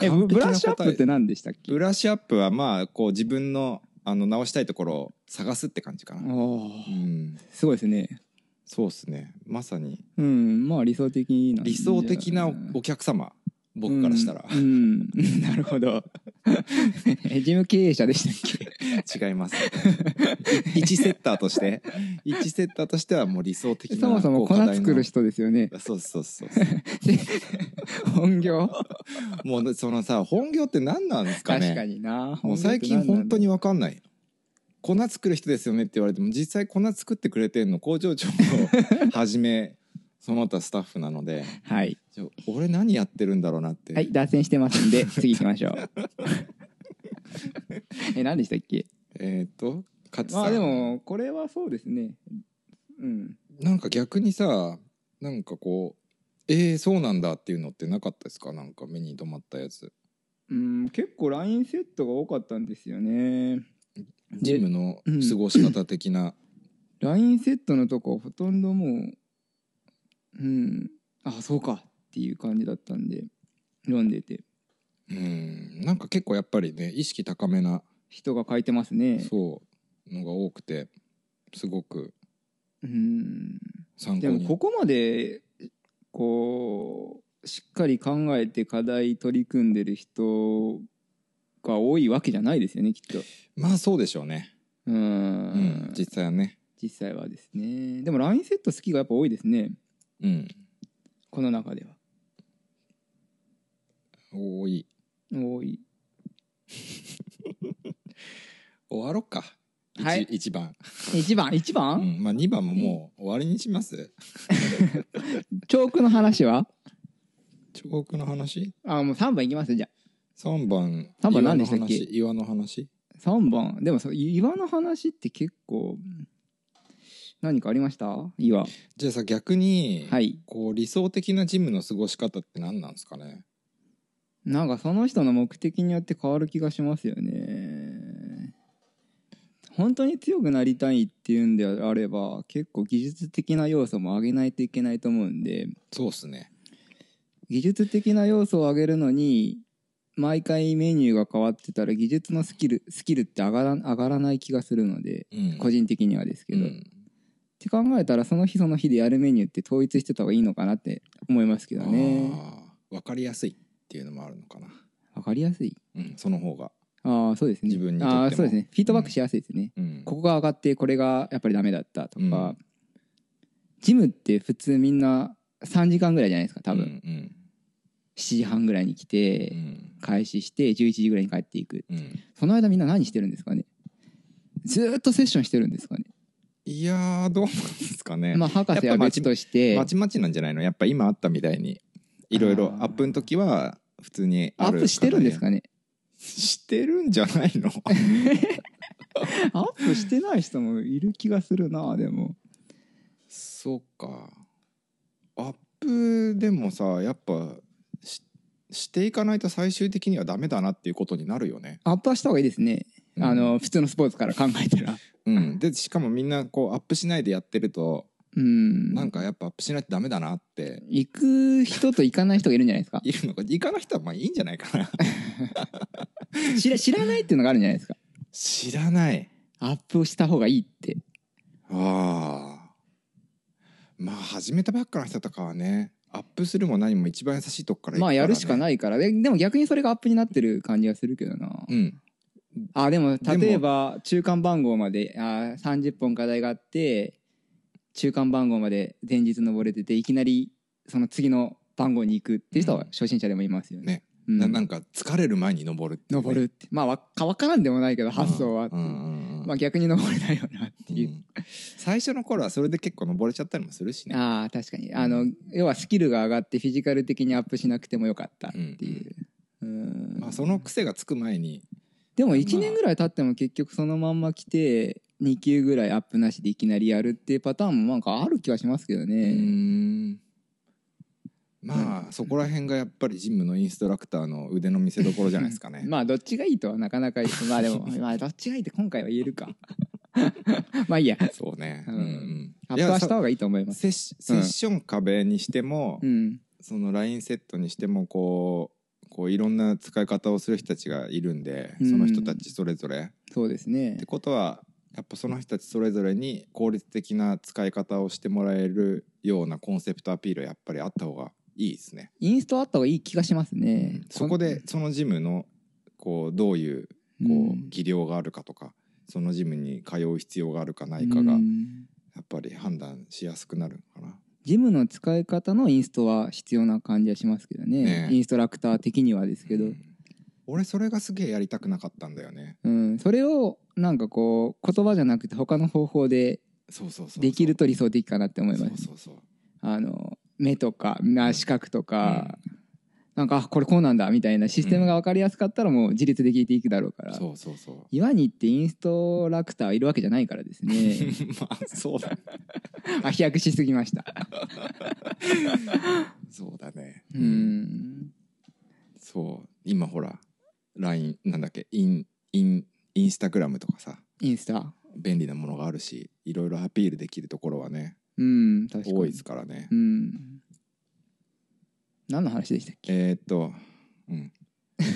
E: えブブラッシュアップって何でしたっけ
C: ブラッシュアップはまあこう自分のあの直したいところを探すって感じかな、
E: お
C: う
E: ー
C: ん、
E: すごいですね
C: そうですねまさに
E: うんまあ理想的な
C: 理想的なおお客様僕からしたら、
E: うん、うん なるほどえ事務経営者でしたっけ
C: 違います い一セッターとして一セッターとしてはもう理想的な
E: そもそも
C: こ
E: 粉
C: う課題の
E: 作る人ですよね
C: そうそうそうそう
E: 本業
C: もうそのさ本業って何なんですかね
E: 確かにな
C: もう最近本当に分かんない粉作る人ですよねって言われても実際粉作ってくれてんの工場長をはじめその他スタッフなので
E: はい
C: ちょ俺何やってるんだろうなって、
E: はい脱線してます んで次行きましょうえ何でしたっけ
C: えーっと勝さん、
E: まあでもこれはそうですねうん
C: なんか逆にさなんかこうえー、そうなんだっていうのってなかったですかなんか目に留まったやつ
E: うん結構ラインセットが多かったんですよね
C: ジムの過ごし方的な、
E: ラインセットのとこほとんどもううんあそうかっていう感じだったんで読んでて
C: うん、なんか結構やっぱりね意識高めな
E: 人が書いてますね
C: そうのが多くてすごく
E: うん
C: 参考
E: で
C: に
E: もここまでこうしっかり考えて課題取り組んでる人が多いわけじゃないですよねきっと
C: まあそうでしょうね、
E: うーん
C: うん、実際はね、
E: 実際はですねでもラインセット好きがやっぱ多いですね
C: うん、
E: この中では
C: 多い
E: 多い
C: 終わろっか一
E: はい
C: 一番、
E: 1番1
C: う
E: 番、
C: んまあ、2番ももう終わりにします
E: チョークの話は
C: 彫刻の話
E: あもう3番いきますじゃ
C: 3番
E: 三
C: 岩
E: 番何
C: の
E: でしたっけ
C: 話岩の話
E: あ3番でもそ岩の話って結構何かありました岩
C: じゃあさ逆に、
E: はい
C: こう理想的なジムの過ごし方って何なんですかね
E: なんかその人の目的によって変わる気がしますよね。本当に強くなりたいっていうんであれば結構技術的な要素も上げないといけないと思うんで
C: そうっすね
E: 技術的な要素を上げるのに毎回メニューが変わってたら技術のスキルスキルって上がら上がらない気がするので
C: うん
E: 個人的にはですけ
C: う
E: ど、っ
C: ん
E: て考えたらその日その日でやるメニューって統一してた方がいいのかなって思いますけどね
C: あーわかりやすいっていうのもあるのかな、
E: わかりやすい
C: うん、その方が、
E: ああそうですね
C: 自分にとっても
E: ああそうですねフィードバックしやすいですね、
C: うん、
E: ここが上がってこれがやっぱりダメだったと
C: う
E: か、
C: ん
E: ジムって普通みんな3時間ぐらいじゃないですか多分、
C: うん
E: 7時半ぐらいに来て、
C: うん
E: 開始して11時ぐらいに帰っていく
C: うんうん
E: その間みんな何してるんですかねずーっとセッションしてるんですかね、
C: いやーどうなんですかね、
E: まあ博士は別として
C: まちまちなんじゃないのやっぱ今あったみたいにいろいろ
E: あー
C: アップの時は普通に
E: ア
C: あ
E: ップしてるんです
C: ね
E: かね
C: してるんじゃない の
E: アップしてない人もいる気がするなでも
C: そうかアップでもさやっぱししていかないと最終的にはダメだなっていうことになるよね、
E: アップはした方がいいですね、
C: うん
E: あの普通のスポーツから考えたら
C: うん、でしかもみんなこうアップしないでやってると
E: うん
C: なんかやっぱアップしないとダメだなって
E: 行く人と行かない人がいるんじゃないですか
C: いるのか行かない人はまあいいんじゃないか な
E: 知ら知らないっていうのがあるんじゃないですか
C: 知らない
E: アップをした方がいいって
C: ああまあ始めたばっかの人とかはねアップするも何も一番優しいとこから
E: まあやるしか
C: い
E: ないからででも逆にそれがアップになってる感じがするけどな、
C: うん
E: あでも
C: でも
E: 例えば中間番号まであー30本課題があって中間番号まで前日登れてていきなりその次の番号に行くっていう人
C: う
E: は
C: ん
E: 初心者でもいますよね。
C: ね
E: うん
C: ななんか疲れる前に登るっていうね、
E: 登るってまあわかわからんでもないけど発想は、
C: うんうんうん
E: まあ、逆に登れないよなっていう
C: う、ん最初の頃はそれで結構登れちゃったりもするしね
E: ああ確かにあの要はスキルが上がってフィジカル的にアップしなくてもよかったっていう。うん
C: まあ、その癖がつく前に
E: でも1年ぐらい経っても結局そのまんま来て2級ぐらいアップなしでいきなりやるっていうパターンもなんかある気はしますけど
C: う
E: ね。
C: んまあそこら辺がやっぱりジムのインストラクターの腕の見せ所じゃないですかね
E: まあどっちがいいとはなかなかまあで もまあどっちがいいって今回は言えるか。 まあいいや
C: そうね、
E: うん
C: うん
E: ア
C: うん、い
E: ップ
C: や
E: はし
C: さ
E: た方がいいと思います。
C: セッシセッション壁にしても、
E: うん
C: そのラインセットにしてもこうこういろんな使い方をする人たちがいるんで、
E: うん
C: その人たちそれぞれ。
E: そうです
C: っ
E: ね
C: て。ことはやっぱその人たちそれぞれに効率的な使い方をしてもらえるようなコンセプトアピールはやっぱりあった方がいいですね。
E: インストあった方がいい気がしますね。
C: そこでそのジムのこうどういう
E: うん
C: こう技量があるかとか、そのジムに通う必要があるかないかが
E: う
C: や
E: ん
C: っぱり判断しやすくなるのかな。
E: ジムの使い方のインストは必要な感じはしますけどね
C: ねえ
E: インストラクター的にはですけど、
C: うん俺それがすげえやりたくなかったんだよね。
E: うん、それをなんかこう言葉じゃなくて他の方法で
C: そうそうそうそう。
E: できると理想的かなって思い
C: そ
E: ま
C: う
E: す。
C: そうそう。
E: あの目とか、まあ、視覚とか、なんかあこれこうなんだみたいなシステムが分かりやすかったらもう自立で聞いていくだろうから、
C: そうそうそう。
E: 岩に行ってインストラクターいるわけじゃないからで すね
C: まあそう だ
E: あ飛躍しすぎました
C: そうだね。
E: う。ん
C: そう今ほら LINE なんだっけインインインスタグラムとかさ
E: インスタ
C: 便利なものがあるしいろいろアピールできるところはね
E: うん確かに
C: 多いですからね
E: う。ん何の話でしたっけ
C: えー、っとうん。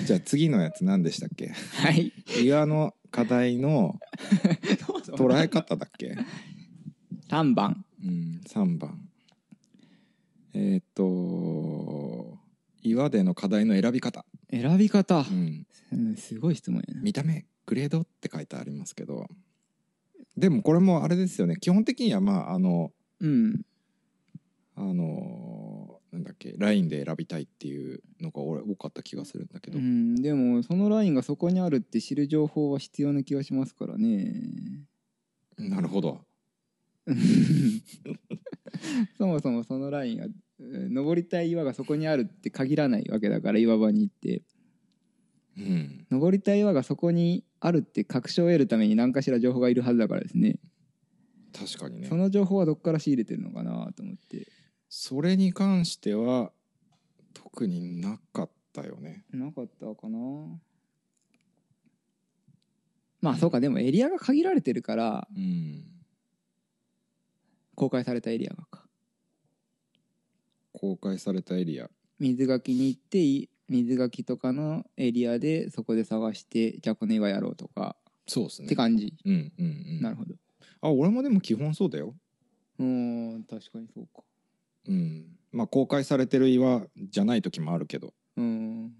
C: じゃあ次のやつ何でしたっけ
E: はい
C: 岩の課題 の捉え方だっけ
E: 3番
C: うん、3番えーっと岩での課題の選び方、
E: 選び方、
C: うん、
E: うん、すごい質問やな
C: 見た目グレードって書いてありますけどでもこれもあれですよね基本的にはまああの
E: うん
C: あのなんだっけラインで選びたいっていうのが俺多かった気がするんだけど、
E: うん、でもそのラインがそこにあるって知る情報は必要な気がしますからね
C: なるほど
E: そもそもそのラインがえー登りたい岩がそこにあるって限らないわけだから岩場に行って
C: うん
E: 登りたい岩がそこにあるって確証を得るために何かしら情報がいるはずだからですね
C: 確かにね
E: その情報はどっから仕入れてるのかなと思って
C: それに関しては特になかったよね
E: なかったかなまあそうかでもエリアが限られてるから
C: うん
E: 公開されたエリアがか
C: 公開されたエリア
E: 水垣に行ってい水垣とかのエリアでそこで探してじゃあこの岩やろうとか
C: そうですね
E: って感じ、
C: うんうんうん
E: なるほど
C: あ俺もでも基本そうだよ
E: うーん確かにそうか
C: うんまあ公開されてる岩じゃない時もあるけど
E: うーん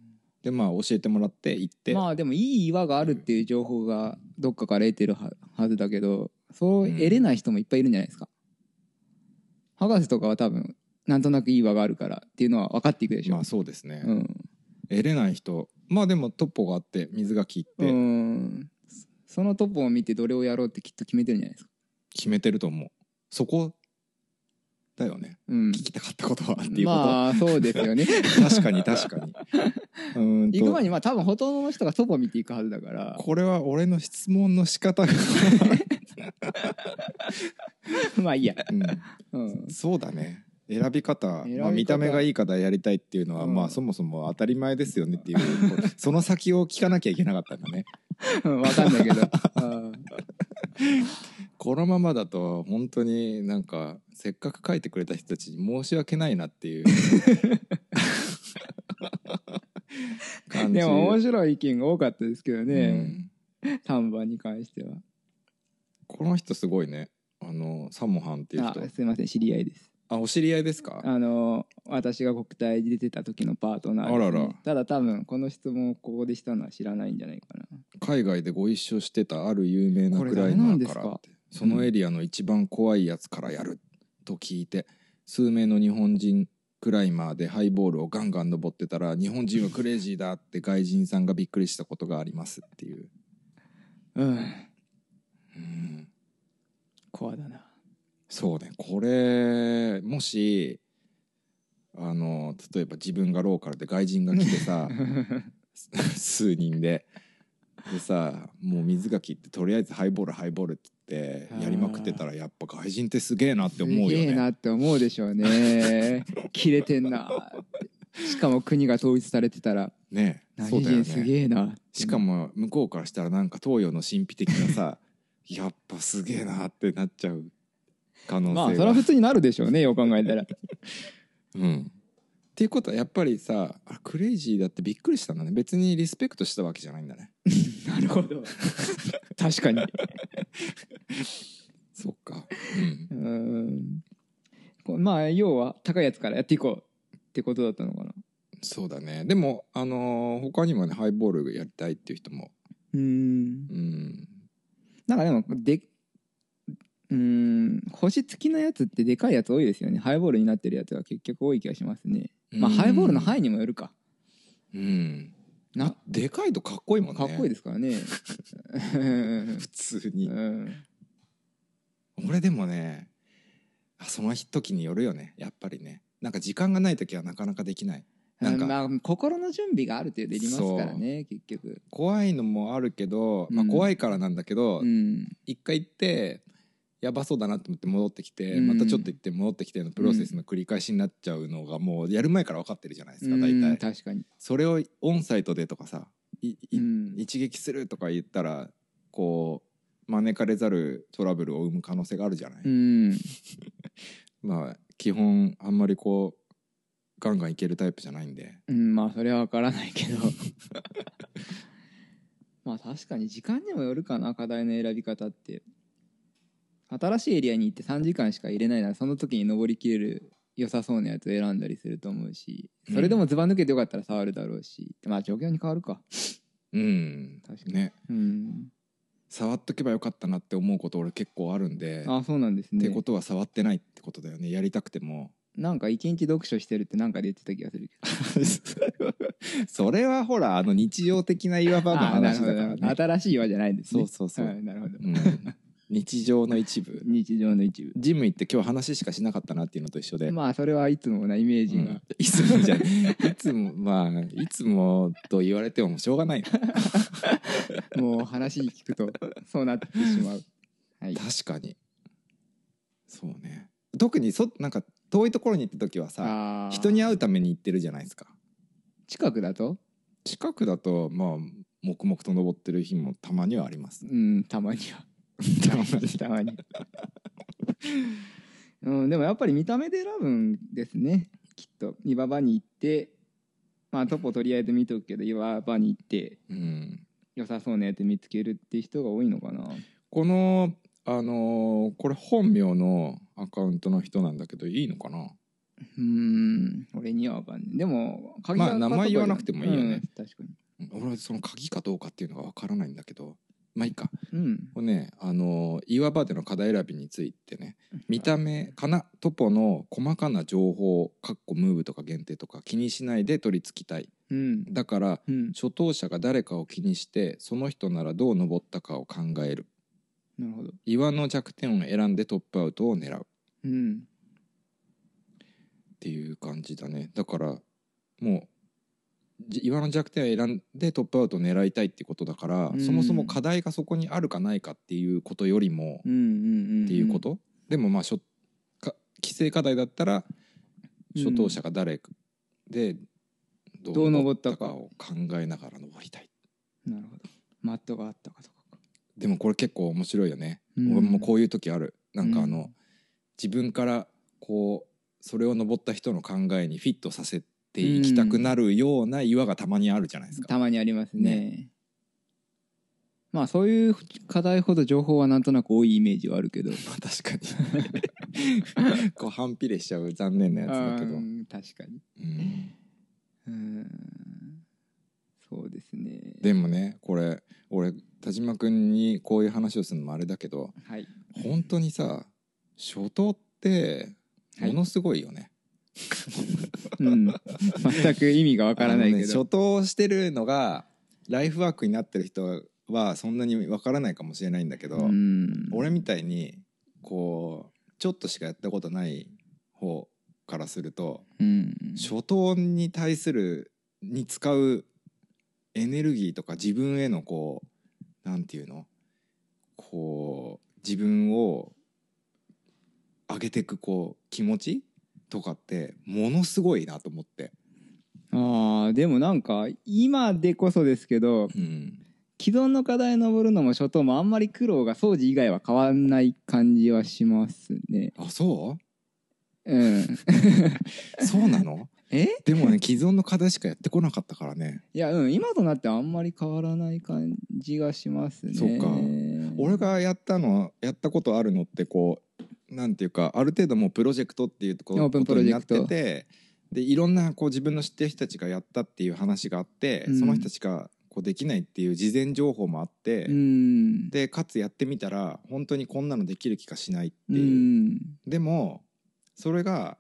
C: でまあ教えてもらって行って、
E: まあでもいい岩があるっていう情報がどっかから得てるははずだけどそう得れない人もいっぱいいるんじゃないですか、博士とかは多分なんとなくいい岩があるからっていうのは分かっていくでしょ、
C: まあそうですね、
E: うん
C: 得れない人まあでもトッポがあって水が切っ
E: うー
C: て
E: んそのトップを見てどれをやろうってきっと決めてるんじゃないですか、
C: 決めてると思う、そこだよね
E: うん、
C: 聞きたかったことはっていうこと、
E: まあそうですよね
C: 確かに確 かにうーんと
E: 行く前にまあ多分ほとんどの人がトップを見ていくはずだから
C: これは俺の質問の仕方が、
E: まあいいや、
C: う
E: うん
C: ん、、そうだね選び方
E: 選び方
C: まあ、見た目がいいからやりたいっていうのは、
E: うん
C: まあそもそも当たり前ですよねっていう その先を聞かなきゃいけなかったんだね
E: うんわかんない けどうん
C: このままだと本当になんかせっかく書いてくれた人たちに申し訳ないな っていう感じ
E: でも面白い意見が多かったですけど
C: う
E: ね、
C: ん
E: 丹波に関しては
C: この人すごいねあのサモハンっていう
E: あ
C: 人
E: すいません知り合いです
C: あお知り合いですか
E: あの私が国体で出てた時のパートナーですね、
C: あらら
E: ただ多分この質問をここでしたのは知らないんじゃないか
C: 海外でご一緒してたある有名な
E: これ
C: クライ
E: 誰な
C: マ
E: んで
C: ー
E: す
C: か
E: から
C: ってそのエリアの一番怖いやつからやると聞いて数名の日本人クライマーでハイボールをガンガン登ってたら日本人はクレイジーだって外人さんがびっくりしたことがありますっていう
E: なうん
C: うん
E: コアだな
C: そうねこれもしあの例えば自分がローカルで外人が来て さ数人ででさもう水が切ってとりあえずハイボールハイボールって言ってやりまくってたらやっぱ外人ってすげえなって思う
E: す
C: よ
E: げえ
C: ね
E: なって思うでしょうね 切れてんなってしかも国が統一されてたら
C: ねえそう
E: 何
C: だよ
E: 人す
C: ね
E: げえな
C: しかも向こうからしたらなんか東洋の神秘的な さやっぱすげえなってなっちゃう可能性
E: ま
C: は
E: あそれは普通になるでしょうねよう考えたら
C: うん、っていうことはやっぱりさあクレイジーだってびっくりしたんだね別にリスペクトしたわけじゃないんだね
E: なるほど 確かに
C: そっか、うん
E: う、ーんこうまあ要は高いやつからやっていこうってことだったのかな
C: そうだねでもあのー他にもねハイボールやりたいっていう人も
E: うーん
C: うん
E: なんかでもでうーん星付きのやつってでかいやつ多いですよねハイボールになってるやつは結局多い気がしますねまあ
C: うん
E: ハイボールの範囲にもよるか
C: うん
E: な
C: でかいとかっこいいもんね
E: かっこいいです すからね
C: 普通
E: う
C: に、
E: ん
C: 俺でもねあその時によるよねやっぱりねなんか時間がない時はなかなかできないなんか
E: まあ心の準備がある程度いりますからね結局
C: 怖いのもあるけど、まあ、
E: うん
C: 怖いからなんだけど、
E: うん
C: 一回行ってやばそうだなと思って戻ってきて、
E: うん
C: またちょっと行って戻ってきてのプロセスの繰り返しになっちゃうのがもうやる前から分かってるじゃないですか
E: う
C: 大
E: ん
C: 体
E: 確かに
C: それをオンサイトでとかさいい
E: うん
C: 一撃するとか言ったらこう招かれざるトラブルを生む可能性があるじゃない、
E: うん
C: まあ基本あんまりこうガンガンいけるタイプじゃないんで
E: うん、まあそれは分からないけど まあ確かに時間にもよるかな課題の選び方って新しいエリアに行って3時間しか入れないならその時に登りきれる良さそうなやつを選んだりすると思うしそれでもずば抜けてよかったら触るだろうし、まあ状況に変わるか
C: うん
E: 確かに
C: ね
E: うん
C: 触っとけばよかったなって思うこと俺結構あるんで、
E: あそうなんです
C: って
E: ね
C: ことは触ってないってことだよねやりたくて も。
E: なんか一日読書してるってなんかで言ってた気がするけど
C: それはほらあの日常的な岩場の
E: あなる
C: 話
E: ほ
C: だ
E: ど
C: から
E: なるほど
C: ね
E: 新しい岩じゃないんです
C: そ
E: ね
C: うそうそう
E: はいなるほど
C: うん日常の一部
E: 日常の一部
C: ジム行って今日話しかしなかったなっていうのと一緒で、
E: まあそれはいつもなイメー
C: う
E: ジが
C: ん、いつもじゃんいつもまあいつもと言われてもしょうがない確
E: もう話聞くとそうなってし まう。はい。
C: かにそうね特にそなんか遠いところに行った時はさ
E: あー
C: 人に会うために行ってるじゃないですか
E: 近くだと、
C: 近くだとまあ黙々と登ってる日もたまにはあります
E: うんたまには
C: たまに
E: たまに。うんでもやっぱり見た目で選ぶんですね。きっと岩場に行ってまあトポとりあえず見とくけど岩場に行って
C: うん、
E: 良さそうなやつ見つけるって人が多いのかな
C: このあのーこれ本名のアカウントの人なんだけどいいのかな
E: うーん俺には分かんないでも鍵
C: まあ名前言わなくてもいいよね、
E: うん確か
C: うん俺はその鍵かどうかっていうのがわからないんだけどまあいいか
E: にうん
C: これねあのー岩場での課題選びについてね見た目かなトポの細かな情報かっこムーブとか限定とか気にしないで取り付きたい
E: うん
C: だから
E: うん
C: 初等者が誰かを気にしてその人ならどう登ったかを考える
E: なるほど
C: 岩の弱点を選んでトップアウトを狙うっ
E: うん
C: ていう感じだねだからもうじ岩の弱点を選んでトップアウトを狙いたいってことだから、
E: うん
C: そもそも課題がそこにあるかないかっていうことよりも
E: うんうんうんん
C: っていうこと、でもまあしょか規制課題だったら初等者が誰でど
E: どう登ったか
C: を考えながら登りたい
E: なるほどマットがあったかとかか
C: でもこれ結構面白いよね、
E: うん
C: 俺もこういう時あるなんかあの、
E: うん
C: 自分からこうそれを登った人の考えにフィットさせていきたくなるような岩がたまにあるじゃないですか、
E: たまにありますねまあそういう課題ほど情報はなんとなく多いイメージはあるけど
C: まあ確かに こう反比例しちゃう残念なやつだけど、
E: う
C: うん
E: ん確かにうんそうですね
C: でもねこれ俺田島君にこういう話をするのもあれだけど
E: はい
C: 本当にさ初頭ってものすごいよね、
E: うん全く意味がわからない
C: あの
E: け
C: ね
E: ど、
C: 初頭してるのがライフワークになってる人はそんなにわからないかもしれないんだけど、
E: うん
C: 俺みたいにこうちょっとしかやったことない方からすると
E: うん
C: 初頭に対するに使うエネルギーとか自分へのこうなんていうのこう自分を上げていくこう気持ちとかってものすごいなと思って。
E: あーでもなんか今でこそですけど
C: うん
E: 既存の課題登るのも初頭もあんまり苦労が掃除以外は変わんない感じはしますね
C: あそ
E: うん
C: うそうなの
E: え
C: でもね既存の課題しかやってこなかったからね
E: いやうん今となってはあんまり変わらない感じがしますね
C: そうか俺がやったのやったことあるのってこうなんていうかある程度もうプロジェクトっていうこ
E: オープ
C: こ
E: ンプ
C: と
E: ロ
C: に
E: ジ
C: な
E: ェ
C: っ
E: クト
C: ててでいろんなこう自分の知ってる人たちがやったっていう話があって、
E: うん
C: その人たちがこうできないっていう事前情報もあって、
E: うん
C: でかつやってみたら本当にこんなのできる気がしないって
E: う
C: いう、
E: ん
C: でもそれが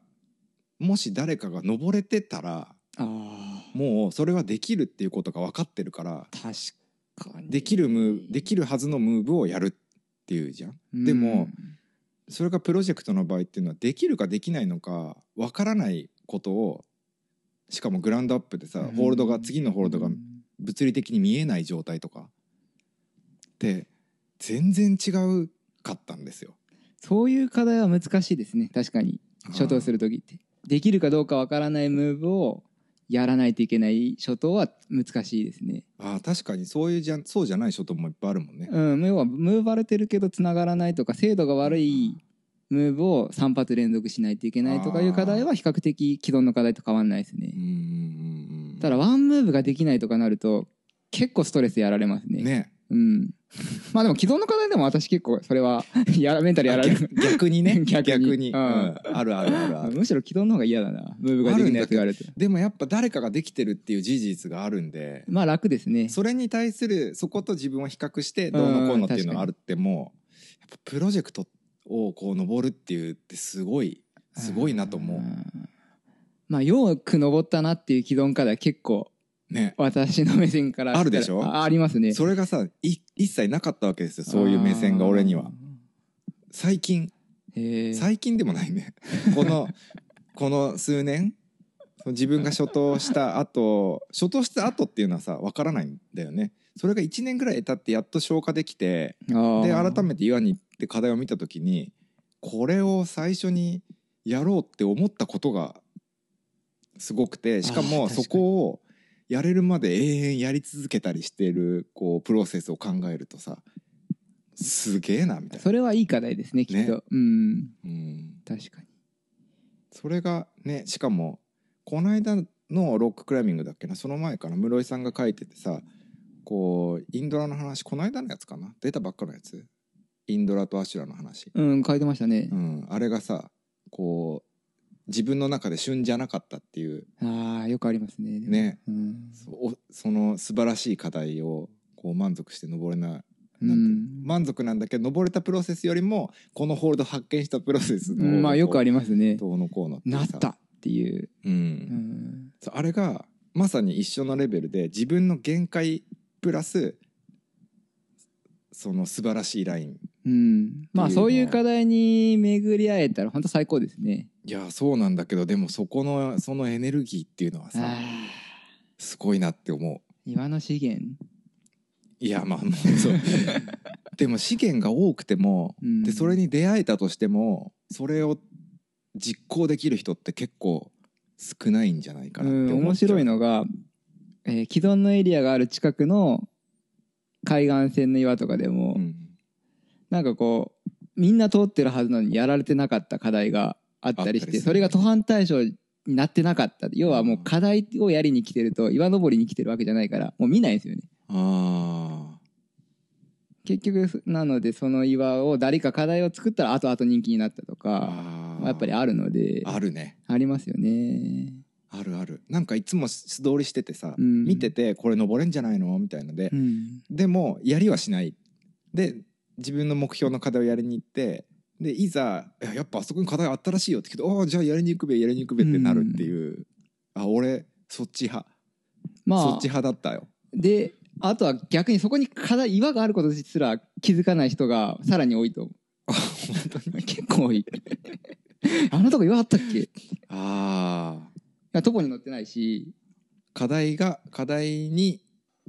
C: もし誰かが登れてたら
E: あ
C: もうそれはできるっていうことが分かってるから
E: ー確かに
C: できるムーブできるはずのムーブをやるっていうじゃんでもそれがプロジェクトの場合っていうのはできるかできないのか分からないことをしかもグラウンドアップでさ
E: うん
C: ホールドが次のホールドが
E: うん
C: 物理的に見えない状態とかって全然違うかったんですよ。
E: そういう課題は難しいですね確かに初頭する時ってできるかどうかわからないムーブをやらないといけない初頭は難しいですね
C: ああ確かにそういうじゃそうじゃないショットもいっぱいあるもんね。
E: うん要はムーブ荒れてるけどつながらないとか精度が悪いムーブを3発連続しないといけないとかいう課題は比較的既存の課題と変わんないですね
C: うんうんうん
E: ただワンムーブができないとかなると結構ストレスやられますね
C: ね
E: うんまあでも既存の課題でも私結構それは やらメンタルやられる
C: 逆にね
E: 逆に
C: に、
E: うん
C: あるあるあるある
E: むしろ既存の方が嫌だなムーブができないやつがあると
C: でもやっぱ誰かができてるっていう事実があるんで
E: まあ楽ですね
C: それに対するそこと自分を比較してどうのこうのっていうのがあるってもやっぱプロジェクトをこう登るっていうってすごいすごいなと思
E: んまあよく登ったなっていう既存課題は結構
C: うね
E: 私の目線からしたら
C: あるでしょ
E: あありますね
C: それがさい一切なかったわけですよそういう目線が俺には最近
E: あーへえ
C: 最近でもない ねこのこの数年その自分が初頭した後初頭した後っていうのはさわからないんだよねそれが1年ぐらい経ってやっと消化できてで改めて岩に行って課題を見た時にこれを最初にやろうって思ったことがすごくてしか
E: あ
C: も
E: ー確か
C: そ
E: に
C: こをやれるまで永遠やり続けたりしてるこうプロセスを考えるとさすげえなみたいな、
E: それはいい課題ですねきっと、
C: ね
E: うん
C: うん、
E: 確かに
C: それがねしかもこの間のロッククライミングだっけなその前かな室井さんが書いててさこうインドラの話この間のやつかな出たばっかのやつインドラとアシュラの話、
E: うん書いてましたね
C: う、ん、あれがさこう自分の中で旬じゃなかったっていう
E: ああよくありますねでも
C: ね
E: うん
C: そおその素晴らしい課題をこう満足して登れない
E: うん
C: なんて満足なんだけど登れたプロセスよりもこのホールド発見したプロセスの
E: うんまあよくありますね
C: どうのこうのて
E: なっ
C: さ
E: たっていう、
C: うん
E: うん
C: そうあれがまさに一緒のレベルで自分の限界プラスその素晴らしいライン
E: うん、まあそういう課題に巡り合えたら本当最高ですね
C: いやそうなんだけどでもそこのそのエネルギーっていうのはさ
E: あ
C: すごいなって思う
E: ー岩の資源
C: いやまあもう そうでも資源が多くても、
E: うん
C: でそれに出会えたとしてもそれを実行できる人って結構少ないんじゃないか
E: う
C: なって
E: ん
C: 思っち
E: 面
C: ゃう
E: 白いのが、えー既存のエリアがある近くの海岸線の岩とかでも、
C: うん
E: なんかこうみんな通ってるはずなのにやられてなかった課題があったりし
C: あったりす
E: て
C: る
E: それが途半対象になってなかった要はもう課題をやりに来てると岩登りに来てるわけじゃないからもう見ないんですよね
C: あ
E: 結局なのでその岩を誰か課題を作ったら後々人気になったと
C: ー
E: か
C: あー
E: やっぱりあるので
C: あるね
E: ありますよね
C: あるあるなんかいつも素通りしててさ、
E: うん
C: 見ててこれ登れんじゃないのみたいので
E: う、ん
C: でもやりはしないで自分の目標の課題をやりに行ってでいざいややっぱあそこに課題あったらしいよって聞いてああじゃあやりに行くべやりに行くべってなるっていう、あ俺そっち派、そ
E: まあ
C: っち派だったよ
E: であとは逆にそこに課題岩があることすら気づかない人がさらに多い と思う 結構多いあのとこ岩あったっけい
C: あー
E: やトポに載ってないし
C: 課題が課題に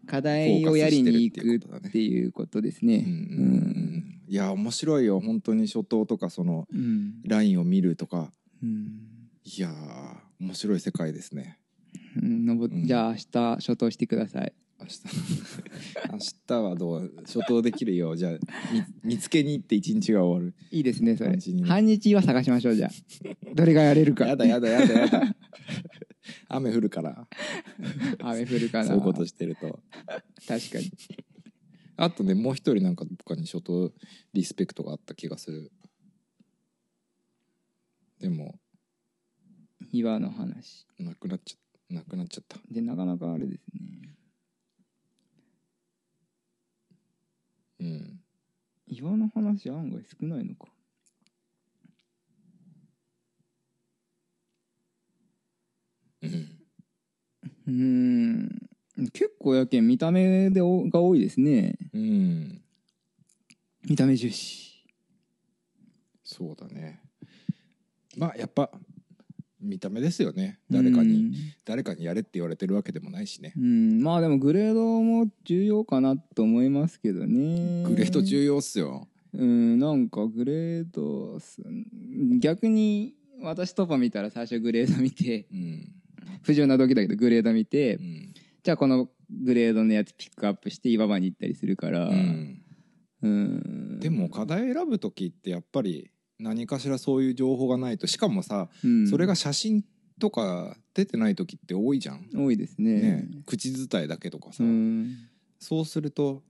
E: 課題をやりに行
C: フォーカスしてるっていうこと
E: く
C: だね
E: っていうことです
C: うんうん
E: ね。
C: うんいや面白いよ本当に初頭とかその
E: うん
C: ラインを見るとか
E: うん
C: いやー面白い世界ですね
E: うん登っ
C: うん
E: じゃあ明日初頭してください。
C: 明日 明日はどう初頭できるよじゃあみ見つけに行って一日が終わる
E: いいですねそれ
C: 感じに。ね
E: 半日は探しましょう じゃあ。どれがやれるか。
C: やだやだやだやだ 雨降るから
E: 雨降るかな。
C: そういうことしてると
E: 確かに。
C: あとねもう一人なんかどっかに初頭リスペクトがあった気がするでも
E: 岩の話
C: なくなっちゃなくなっちゃった
E: でなかなかあれですね。
C: うん
E: 岩の話案外少ないのか。
C: うん
E: うーん結構やけん見た目でおが多いですね。
C: うん
E: 見た目重視。
C: そうだねまあやっぱ見た目ですよね誰かに
E: うん
C: 誰かにやれって言われてるわけでもないしね
E: うん、まあでもグレードも重要かなと思いますけどね
C: グレード重要っすよ
E: うんなんかグレードっす逆に私トパ見たら最初グレード見て
C: うん
E: 不純な動機だけどグレード見て、
C: うん
E: じゃあこのグレードのやつピックアップして岩場に行ったりするから
C: う
E: うん、
C: んでも課題選ぶ時ってやっぱり何かしらそういう情報がないとしかもさ、
E: うん
C: それが写真とか出てない時って多いじゃん、
E: 多いですね
C: ね、口伝えだけとかさ、
E: うん、
C: そうすると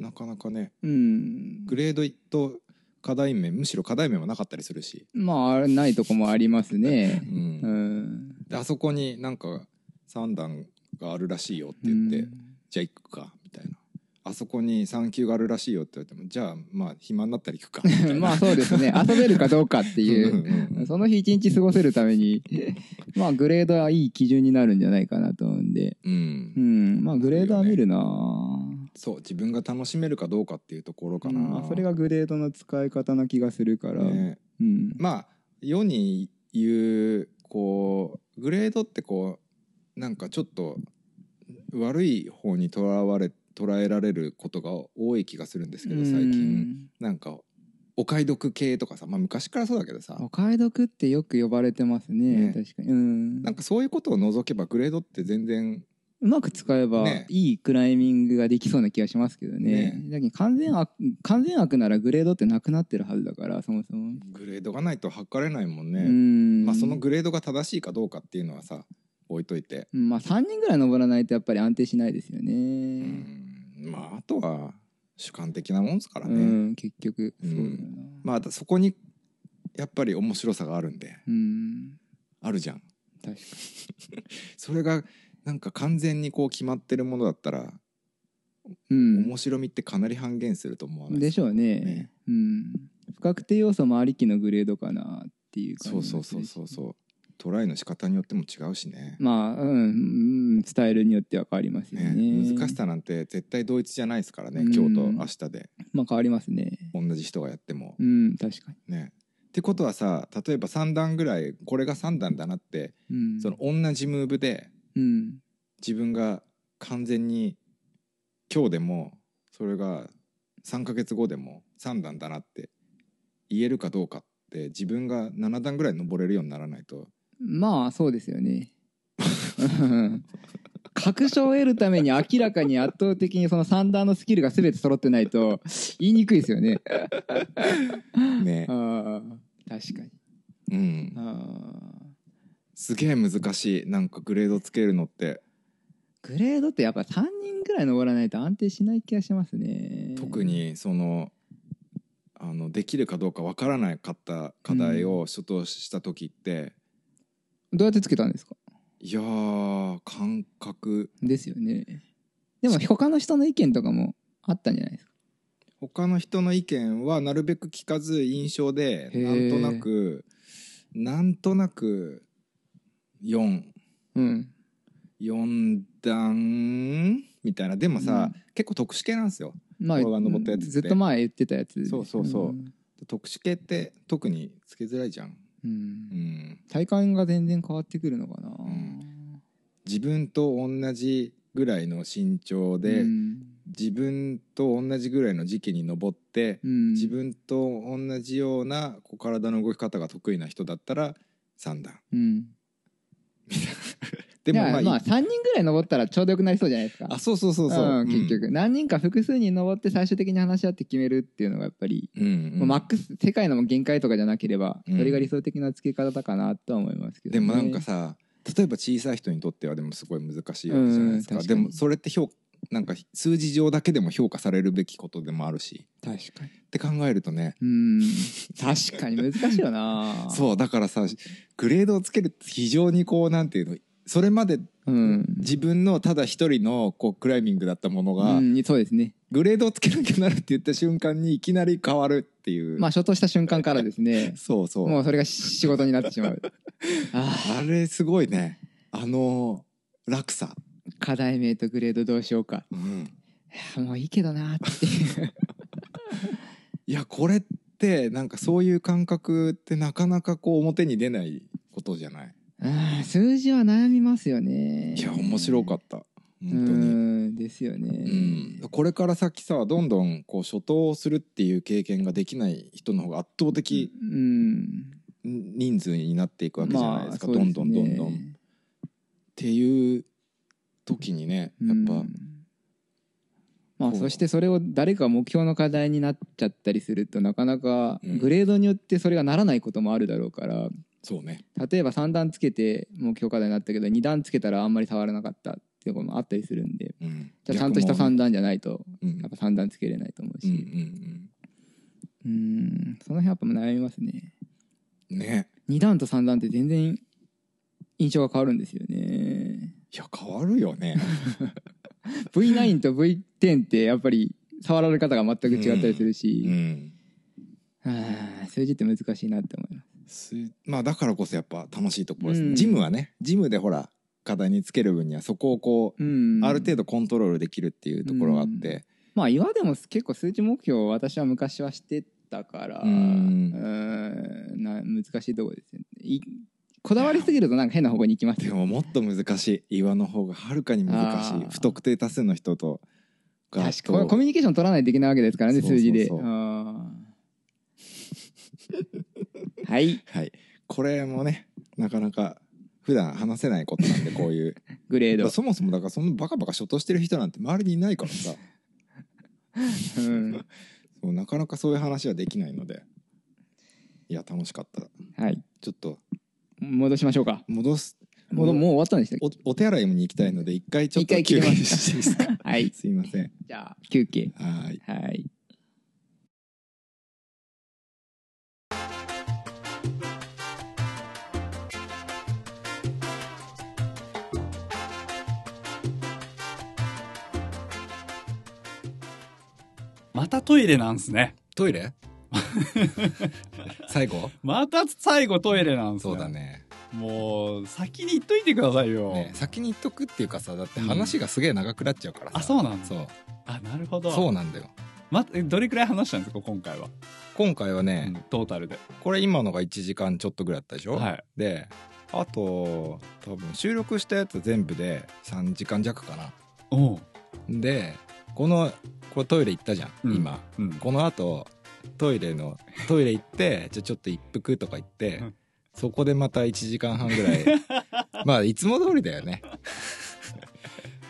C: なかなかね
E: うん、
C: グレードと課題面むしろ課題面もなかったりするし、
E: まああれないとこもありますね
C: う
E: うんん
C: であそこになんか3段があるらしいよって言って、じゃあ行くかみたいなあそこに3級があるらしいよって言われてもじゃあまあ暇になったら行くかみたい
E: うん
C: な
E: まあそうですね遊べるかどうかってい
C: うんうんうん
E: う その日一日過ごせるため にまあグレードはいい基準になるんじゃないかなと思うんで
C: うん
E: うんまあグレードは見るな
C: そう自分が楽しめるかどうかっていうところかな、
E: うんそれがグレードの使い方な気がするから、
C: ね
E: うん
C: まあ世に言うこうグレードってこうなんかちょっと悪い方にとらわれ捉えられることが多い気がするんですけど最近なんかお買い得系とかさまあ昔からそうだけどさ
E: うんお買い得ってよく呼ばれてますね
C: ね
E: 確かにうん
C: なんかそういうことを除けばグレードって全然
E: うまく使えば
C: ね
E: いいクライミングができそうな気がしますけどね
C: ね
E: だけど完全悪完全悪ならグレードってなくなってるはずだからそもそも、
C: グレードがないと測れないもん
E: う
C: ね、
E: ん
C: まあそのグレードが正しいかどうかっていうのはさ置いといて、
E: うんまあ3人ぐらい登らないとやっぱり安定しないですよね、
C: うん、まああとは主観的なもんですから
E: う
C: ね、
E: ん、結局
C: う
E: そ
C: ん
E: うだよな、
C: まあそこにやっぱり面白さがあるんで
E: うん
C: あるじゃん
E: 確か
C: それがなんか完全にこう決まってるものだったら、
E: に、うん
C: 面白みってかなり半減すると思わない
E: でしょうね
C: ね
E: うん、不確定要素もありきのグレードかなっていう感じ
C: そう
E: も
C: そう
E: す
C: そ
E: る
C: う
E: し
C: そうそうトライの仕方によっても違うしね,、
E: まあ、うんうん、スタイルによっては変わりますよね
C: ね難しさなんて絶対同一じゃないですからね、
E: うん
C: 今日と明日で
E: まあ変わりますね
C: 同じ人がやっても
E: うん確か
C: ねってことはさ例えば3段ぐらいこれが3段だなって、
E: に、うん、
C: その同じムーブで
E: うん
C: 自分が完全に今日でもそれが3ヶ月後でも3段だなって言えるかどうかって自分が7段ぐらい登れるようにならないと
E: まあそうですよね うん確証を得るために明らかに圧倒的にその三段のスキルが全て揃ってないと言いにくいですよね。
C: ね
E: あ、ー確かに
C: うん、
E: あー
C: すげえ難しいなんかグレードつけるのって
E: グレードってやっぱ3人ぐらい登らないと安定しない気がしますね
C: 特にそのあのできるかどうかわからなかった課題を初頭した時って、
E: どうやってつけたんですか
C: いやー感覚
E: ですよねでも他の人の意見とかもあったんじゃないですか
C: 他の人の意見はなるべく聞かず印象で
E: へ
C: なん
E: ー
C: となくなんとなく44
E: うん
C: 段みたいなでもさ、
E: う
C: 結構特殊系なんですよ
E: ま
C: 俺が登ったやつって
E: ずっと前言ってたやつ
C: そうそうそうん特殊系って特につけづらいじゃん、
E: うん
C: うん、
E: 体感が全然変わってくるのかな、
C: ん自分と同じぐらいの身長で、
E: うん
C: 自分と同じぐらいの時期に登って、
E: うん
C: 自分と同じようなこう体の動き方が得意な人だったら3段
E: うん
C: でもまあ、
E: いやまあ3人ぐらい登ったらちょうどよくなりそうじゃないですか
C: あそうそうそうそう、
E: ん結局、何人か複数人登って最終的に話し合って決めるっていうのがやっぱり
C: うん、うん
E: まあマックス世界の限界とかじゃなければ、
C: うん
E: それが理想的な付け方かなとは思いますけど、
C: でもなんかさ例えば小さい人にとってはでもすごい難しいわけじゃないですか,、
E: うん確
C: で
E: かに
C: もそれって評なんか数字上だけでも評価されるべきことでもあるし
E: 確かに
C: って考えるとね
E: うん確かに難しいよ な
C: そうだからさグレードをつけるって非常にこうなんていうのそれまで
E: う、うん
C: 自分のただ一人のこうクライミングだったものが、
E: うん、そうですね
C: グレードをつけなきゃなるって言った瞬間にいきなり変わるっていう、
E: まあ初とした瞬間からですね
C: そうそう、
E: もうそれが仕事になってしまう
C: あ
E: あ
C: れすごいねあの落差、
E: あ課題名とグレードどうしようか
C: うん、
E: いやもういいけどなっていう
C: いやこれってなんかそういう感覚ってなかなかこう表に出ないことじゃない
E: うん数字は悩みますよね
C: いや面白かった
E: う
C: 本当に
E: んですよね、
C: うんこれから先さどんどんこう初頭をするっていう経験ができない人の方が圧倒的
E: うん
C: 人数になっていくわけじゃないですか、
E: まあ
C: どんどんどんど。
E: そう
C: っ
E: んですね
C: ていう時にねやっぱ、
E: うんまあ
C: こう
E: そしてそれを誰か目標の課題になっちゃったりするとなかなか
C: うん
E: グレードによってそれがならないこともあるだろうから
C: そうね
E: 例えば3段つけて目標課題になったけど2段つけたらあんまり触らなかったっていうこともあったりするんで
C: うん
E: じゃあちゃんとした
C: 逆も
E: 3段じゃないと
C: うん
E: やっぱ3段つけれないと思う
C: うんうん
E: しうんその辺やっぱ悩みますね
C: うんね
E: 2段と3段って全然印象が変わるんですよね
C: いや変わるよ ね
E: V9 と V10 ってやっぱり触られ方が全く違ったりするし、
C: うん
E: はあ数字って難しいなって思います
C: すまあだからこそやっぱ楽しいところですね、
E: うん
C: ジムはねジムでほら課題につける分にはそこをこう、
E: うん
C: ある程度コントロールできるっていうところがあって、
E: まあ今でも結構数値目標を私は昔はしてたから
C: う
E: うんんな難しいところですよねいこだわりすぎるとなんか変な方向に行きます
C: で
E: よ
C: ももっと難しい岩の方がはるかに難し
E: あ
C: い
E: ー
C: 不特定多数の人とが
E: 確かにコ
C: と
E: ミュニケーション取らないといけないわけですからね
C: そうそう
E: 数
C: そう
E: 字であ ーはい
C: はいこれもねなかなか普段話せないことなんでこういう
E: グレー
D: だか
E: ド
D: らそもそもだからそのバカバカ初頭してる人なんて周りにいないから さ
E: うん
D: そうなかなかそういう話はできないのでいや楽しかった
E: はい
D: ちょっと
E: 戻しましょうか
D: 戻す
E: もうもう終わったんでしたっ
D: おお手洗いもに行きたいので一回ちょっと
E: 一回切ります
D: していいですか
E: けはい
D: すいません
E: じゃあ休憩
D: はい
E: はい
B: またトイレなんすね。
C: トイ レ最後
B: また最後トイレなんす
C: そ
B: ね。
C: うだ。ね
B: もう、先に言っといてくださいよ。
C: ね先に言っとくっていうかさだって話がすげえ長くなっちゃうからさ、
B: あ、そうなんだ。
C: そう
B: あ、なるほど。
C: そうなんだよ
B: ま、えどれくらい話したんですか、今回は。
C: 今回はね、
B: うんトータルで。
C: これ今のが1時間ちょっとぐらいだったでしょ、
B: はい。
C: であと多分収録したやつ全部で3時間弱かな
B: おう。
C: でこのこれトイレ行ったじゃん、
B: うん
C: 今
B: うん。
C: このあとトイレのトイレ行ってじゃあちょっと一服とか行って、
B: うん
C: そこでまた1時間半ぐ らいまあいつも通りだよね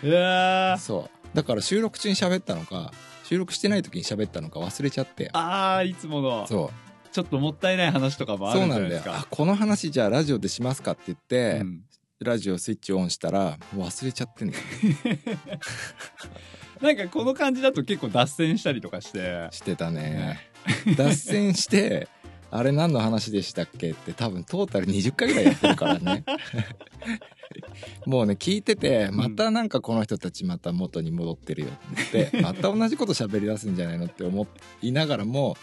B: いやー
C: そうだから収録中に喋ったのか収録してない時に喋ったのか忘れちゃって
B: あー、いつもの、
C: そう
B: ちょっともったいない話とかもあ
C: そ
B: る
C: うん
B: じ
C: な
B: ゃない
C: ん
B: で
C: だ
B: す
C: よ
B: か
C: あ。この話じゃあラジオでしますかって言って、
B: うん
C: ラジオスイッチオンしたらもう忘れちゃってんだよ
B: なんかこの感じだと結構脱線したりとかして
C: してたね脱線してあれ何の話でしたっけって多分トータル20回ぐらいやってるからねもうね聞いててまたなんかこの人たちまた元に戻ってるよってまた同じこと喋り出すんじゃないのって思いながらも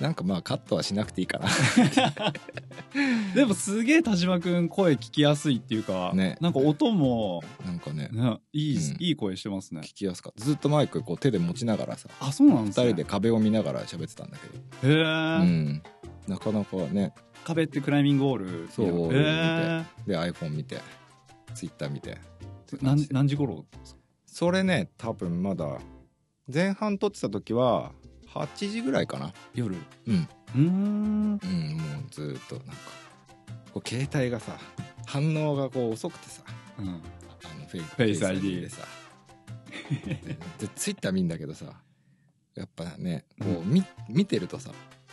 C: なんかまあカットはしなくていいか
B: でもすげえ田島くん声聞きやすいっていうか、
C: ね
B: なんか音も、
C: ななんかね
B: ね、いい、
C: うん
B: いい声してますね
C: 聞きやすかったずっとマイクこう手で持ちながらさ
B: あそうなんで
C: 二
B: すね
C: 人で壁を見ながら喋ってたんだけど、
B: へ
C: う
B: え、
C: ん、なかなかね
B: 壁ってクライミングウォール
C: そう
B: へえ
C: で iPhone 見て Twitter 見て
B: 何何時頃
C: それね多分まだ前半撮ってた時は8時ぐらいかな
B: 夜
C: うん
B: うーん
C: うんもうずーっとなんかこう携帯がさ反応がこう遅くてさ
B: うん
C: あのフェイク
B: フェイス ID
C: でさででツイッター見んだけどさやっぱねこう見見てるとさ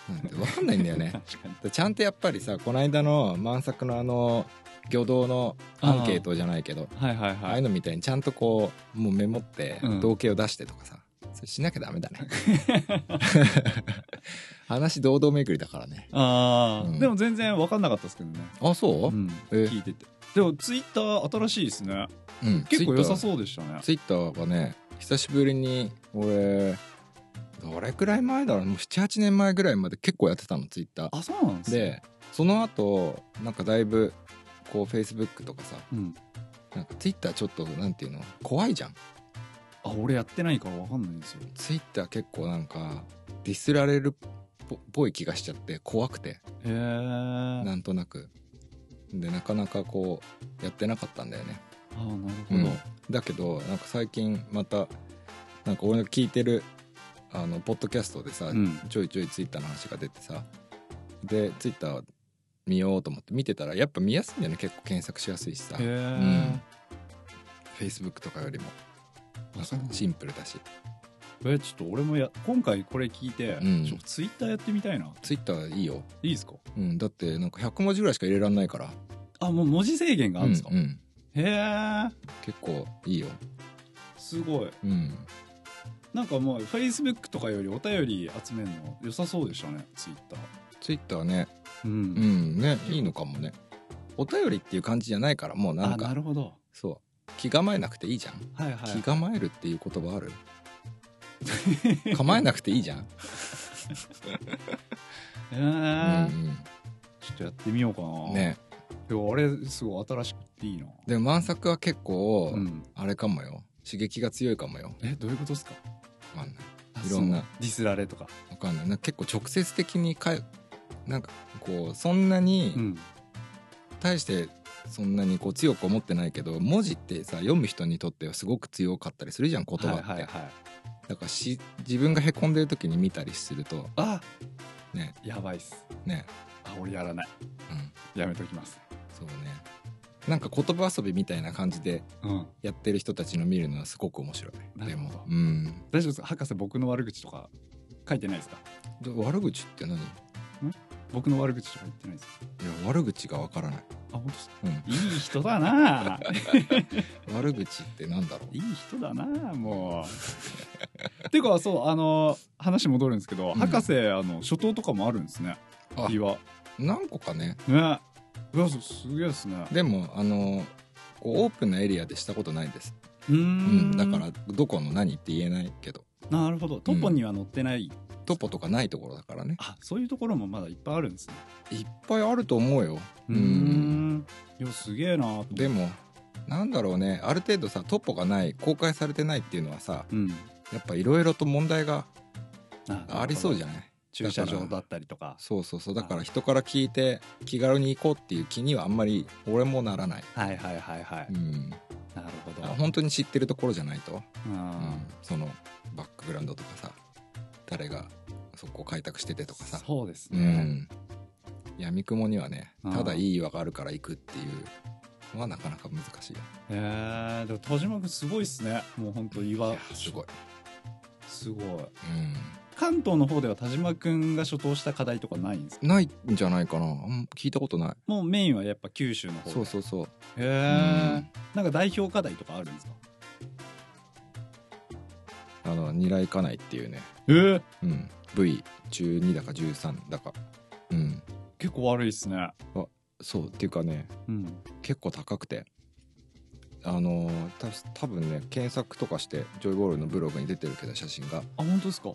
C: なんて分かんないんだよね
B: 確かに
C: でちゃんとやっぱりさこの間の満作のあの魚道のアンケートじゃないけど
B: はいはい
C: ああ
B: は
C: いう
B: い
C: のみたいにちゃんとこうもうメモって
B: うん
C: 同型を出してとかさ、それしなきゃダメだね 話堂々巡りだからね
B: ああ、
C: うん
B: でも全然分かんなかったですけどね、
C: あそうう、
B: ん、
C: え
B: 聞いててでもツイッター新しいですね
C: うん
B: 結構良さ
C: う
B: そうでしたね
C: ツイッターがね久しぶりに俺どれくらい前だろうもう78年前ぐらいまで結構やってたのツイッタ
B: あそうなんで
C: ー
B: すね
C: でその後なんかだいぶこうフェイスブックとかさ
B: うん、
C: なんかツイッターちょっとなんていうの怖いじゃん
B: あ俺やってないから分かんないんですよ
C: ツイッター結構なんかディスられるっぽっぽい気がしちゃって怖くて
B: へえ
C: なんとなくでなかなかこうやってなかったんだよね、
B: ああなるほど、
C: だけどなんか最近またなんか俺が聞いてるあのポッドキャストでさ、
B: うん
C: ちょいちょいツイッターの話が出てさでツイッター見ようと思って見てたらやっぱ見やすいんだよね結構検索しやすいしさ
B: へ
C: フ
B: え、
C: ェイスブックとかよりも
B: あそうなんだ
C: シンプルだし
B: えちょっと俺もや今回これ聞いて、
C: うん
B: ちょっとツイッターやってみたいな
C: ツイッターいいよ、
B: いいですか
C: うん、だってなんか100文字ぐらいしか入れらんないから
B: あもう文字制限があるんですか、
C: うんうん
B: へえ
C: 結構いいよ、
B: すごい
C: うん、
B: なんかもうフェイスブックとかよりお便り集めるの良さそうでしたねツイッター
C: ツイッターね
B: う、
C: うんんねいいのかもねお便りっていう感じじゃないからもうな
B: あ
C: んか
B: なるほど
C: そう気構えなくていいじゃん、
B: はいはい
C: 気構えるっていう言葉 ある構えなくていいじゃん、
B: へえ、
C: うん
B: ちょっとやってみようか
C: うん、
B: な
C: ね
B: いやあれすごい新しくていいな
C: でも満作は結構、
B: うん
C: あれかもよ刺激が強いかもよ
B: えどういうことですか
C: わかんない
B: あ
C: いろんな
B: そのディスられとか
C: わかんないなんか結構直接的にかえなんかこうそんなに、
B: うん
C: 対してそんなにこう強く思ってないけど文字ってさ読む人にとってはすごく強かったりするじゃん言葉って、
B: はいはいはい
C: だからし自分がへこんでる時に見たりすると
B: あ
C: ね
B: やばいっす
C: ね
B: あ俺やらない
C: うん
B: やめときます
C: そうねなんか言葉遊びみたいな感じで
B: うん。
C: やってる人たちの見るのはすごく面白。
B: ないる
C: で
B: ほど
C: も、うん。
B: 大丈夫ですか博士僕の悪口とか書いてないですか
C: で悪口って何い
B: 僕の悪口とか言ってないですか
C: や、悪口がわからない。
B: あ本当ですか
C: うん。
B: いい人だな ぁ
C: 悪口ってなんだろ
B: いい人だなぁも うていうかそうあの話戻るんですけど、
C: ん
B: 博士あの初頭とかもあるんですね
C: あ
B: 岩ね
C: う。何個かね。
B: うわすすげえですね
C: でも、あの、こうオープンなエリアでしたことないです。
B: うー
C: うん。
B: ん
C: だから、どこの何って言えないけど。
B: なるほどトッポには載ってない、
C: トポとかないところだからね。
B: あそういうところもまだいっぱいあるんですね
C: いっぱいあると思うよ。
B: うーんいやすげえなぁと思って
C: でも、なんだろうね。ある程度さ、トポがない、公開されてないっていうのはさ、
B: うん
C: やっぱいろいろと問題がありそうじ
B: ゃん
C: ゃない
B: 駐車場だったりとか
C: そうそうそうだから人から聞いて気軽に行こうっていう気にはあんまり俺もならない、
B: はいはいはいはい、
C: うん、
B: なるほど
C: あ本当に知ってるところじゃないと、
B: う
C: うん
B: ん
C: そのバックグラウンドとかさ誰がそこを開拓しててとかさ
B: そうです
C: う
B: ね、
C: んやみくもにはね
B: うん
C: ただいい岩があるから行くっていうのはなかなか難しいよ
B: へえでも田島君すごいっすねもうほんと
C: い
B: 岩
C: やすごい、
B: すごい
C: うん
B: 関東の方では田島君が所答した課題とかないんですか
C: ないんじゃないかなあん聞いたことない
B: もうメインはやっぱ九州の方
C: そう
B: う
C: そうそう
B: へえ、
C: うん
B: なんか代表課題とかあるんですか
C: あの二来かないっていうね
B: えー、
C: うん、V12 だか13だかうん
B: 結構悪いっすね
C: そうっていうかね
B: うん
C: 結構高くてあのーた多分ね検索とかしてジョイボールのブログに出てるけど写真が
B: あ本当ですか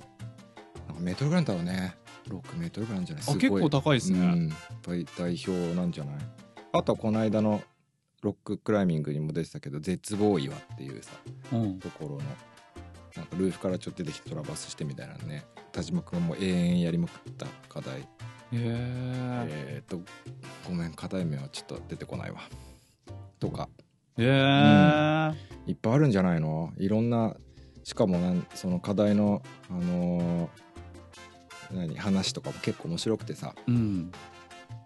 C: なんかメートルぐらいなんだろうね6メートルぐらいなんじゃないす
B: あ
C: ごい
B: 結構高いっすね、
C: うん、いっぱい代表なんじゃないあとはこの間のロッククライミングにも出てたけど絶望岩っていうさ
B: うん、
C: ところのなんかルーフからちょっと出てきてトラバスしてみたいなのね田島君も永遠やりまくった課題
B: へえ
C: えー、っとごめん課題名はちょっと出てこないわとか
B: へえ
C: いっぱいあるんじゃないのいろんなしかもなんその課題のあのー何話とかも結構面白くてさ
B: うん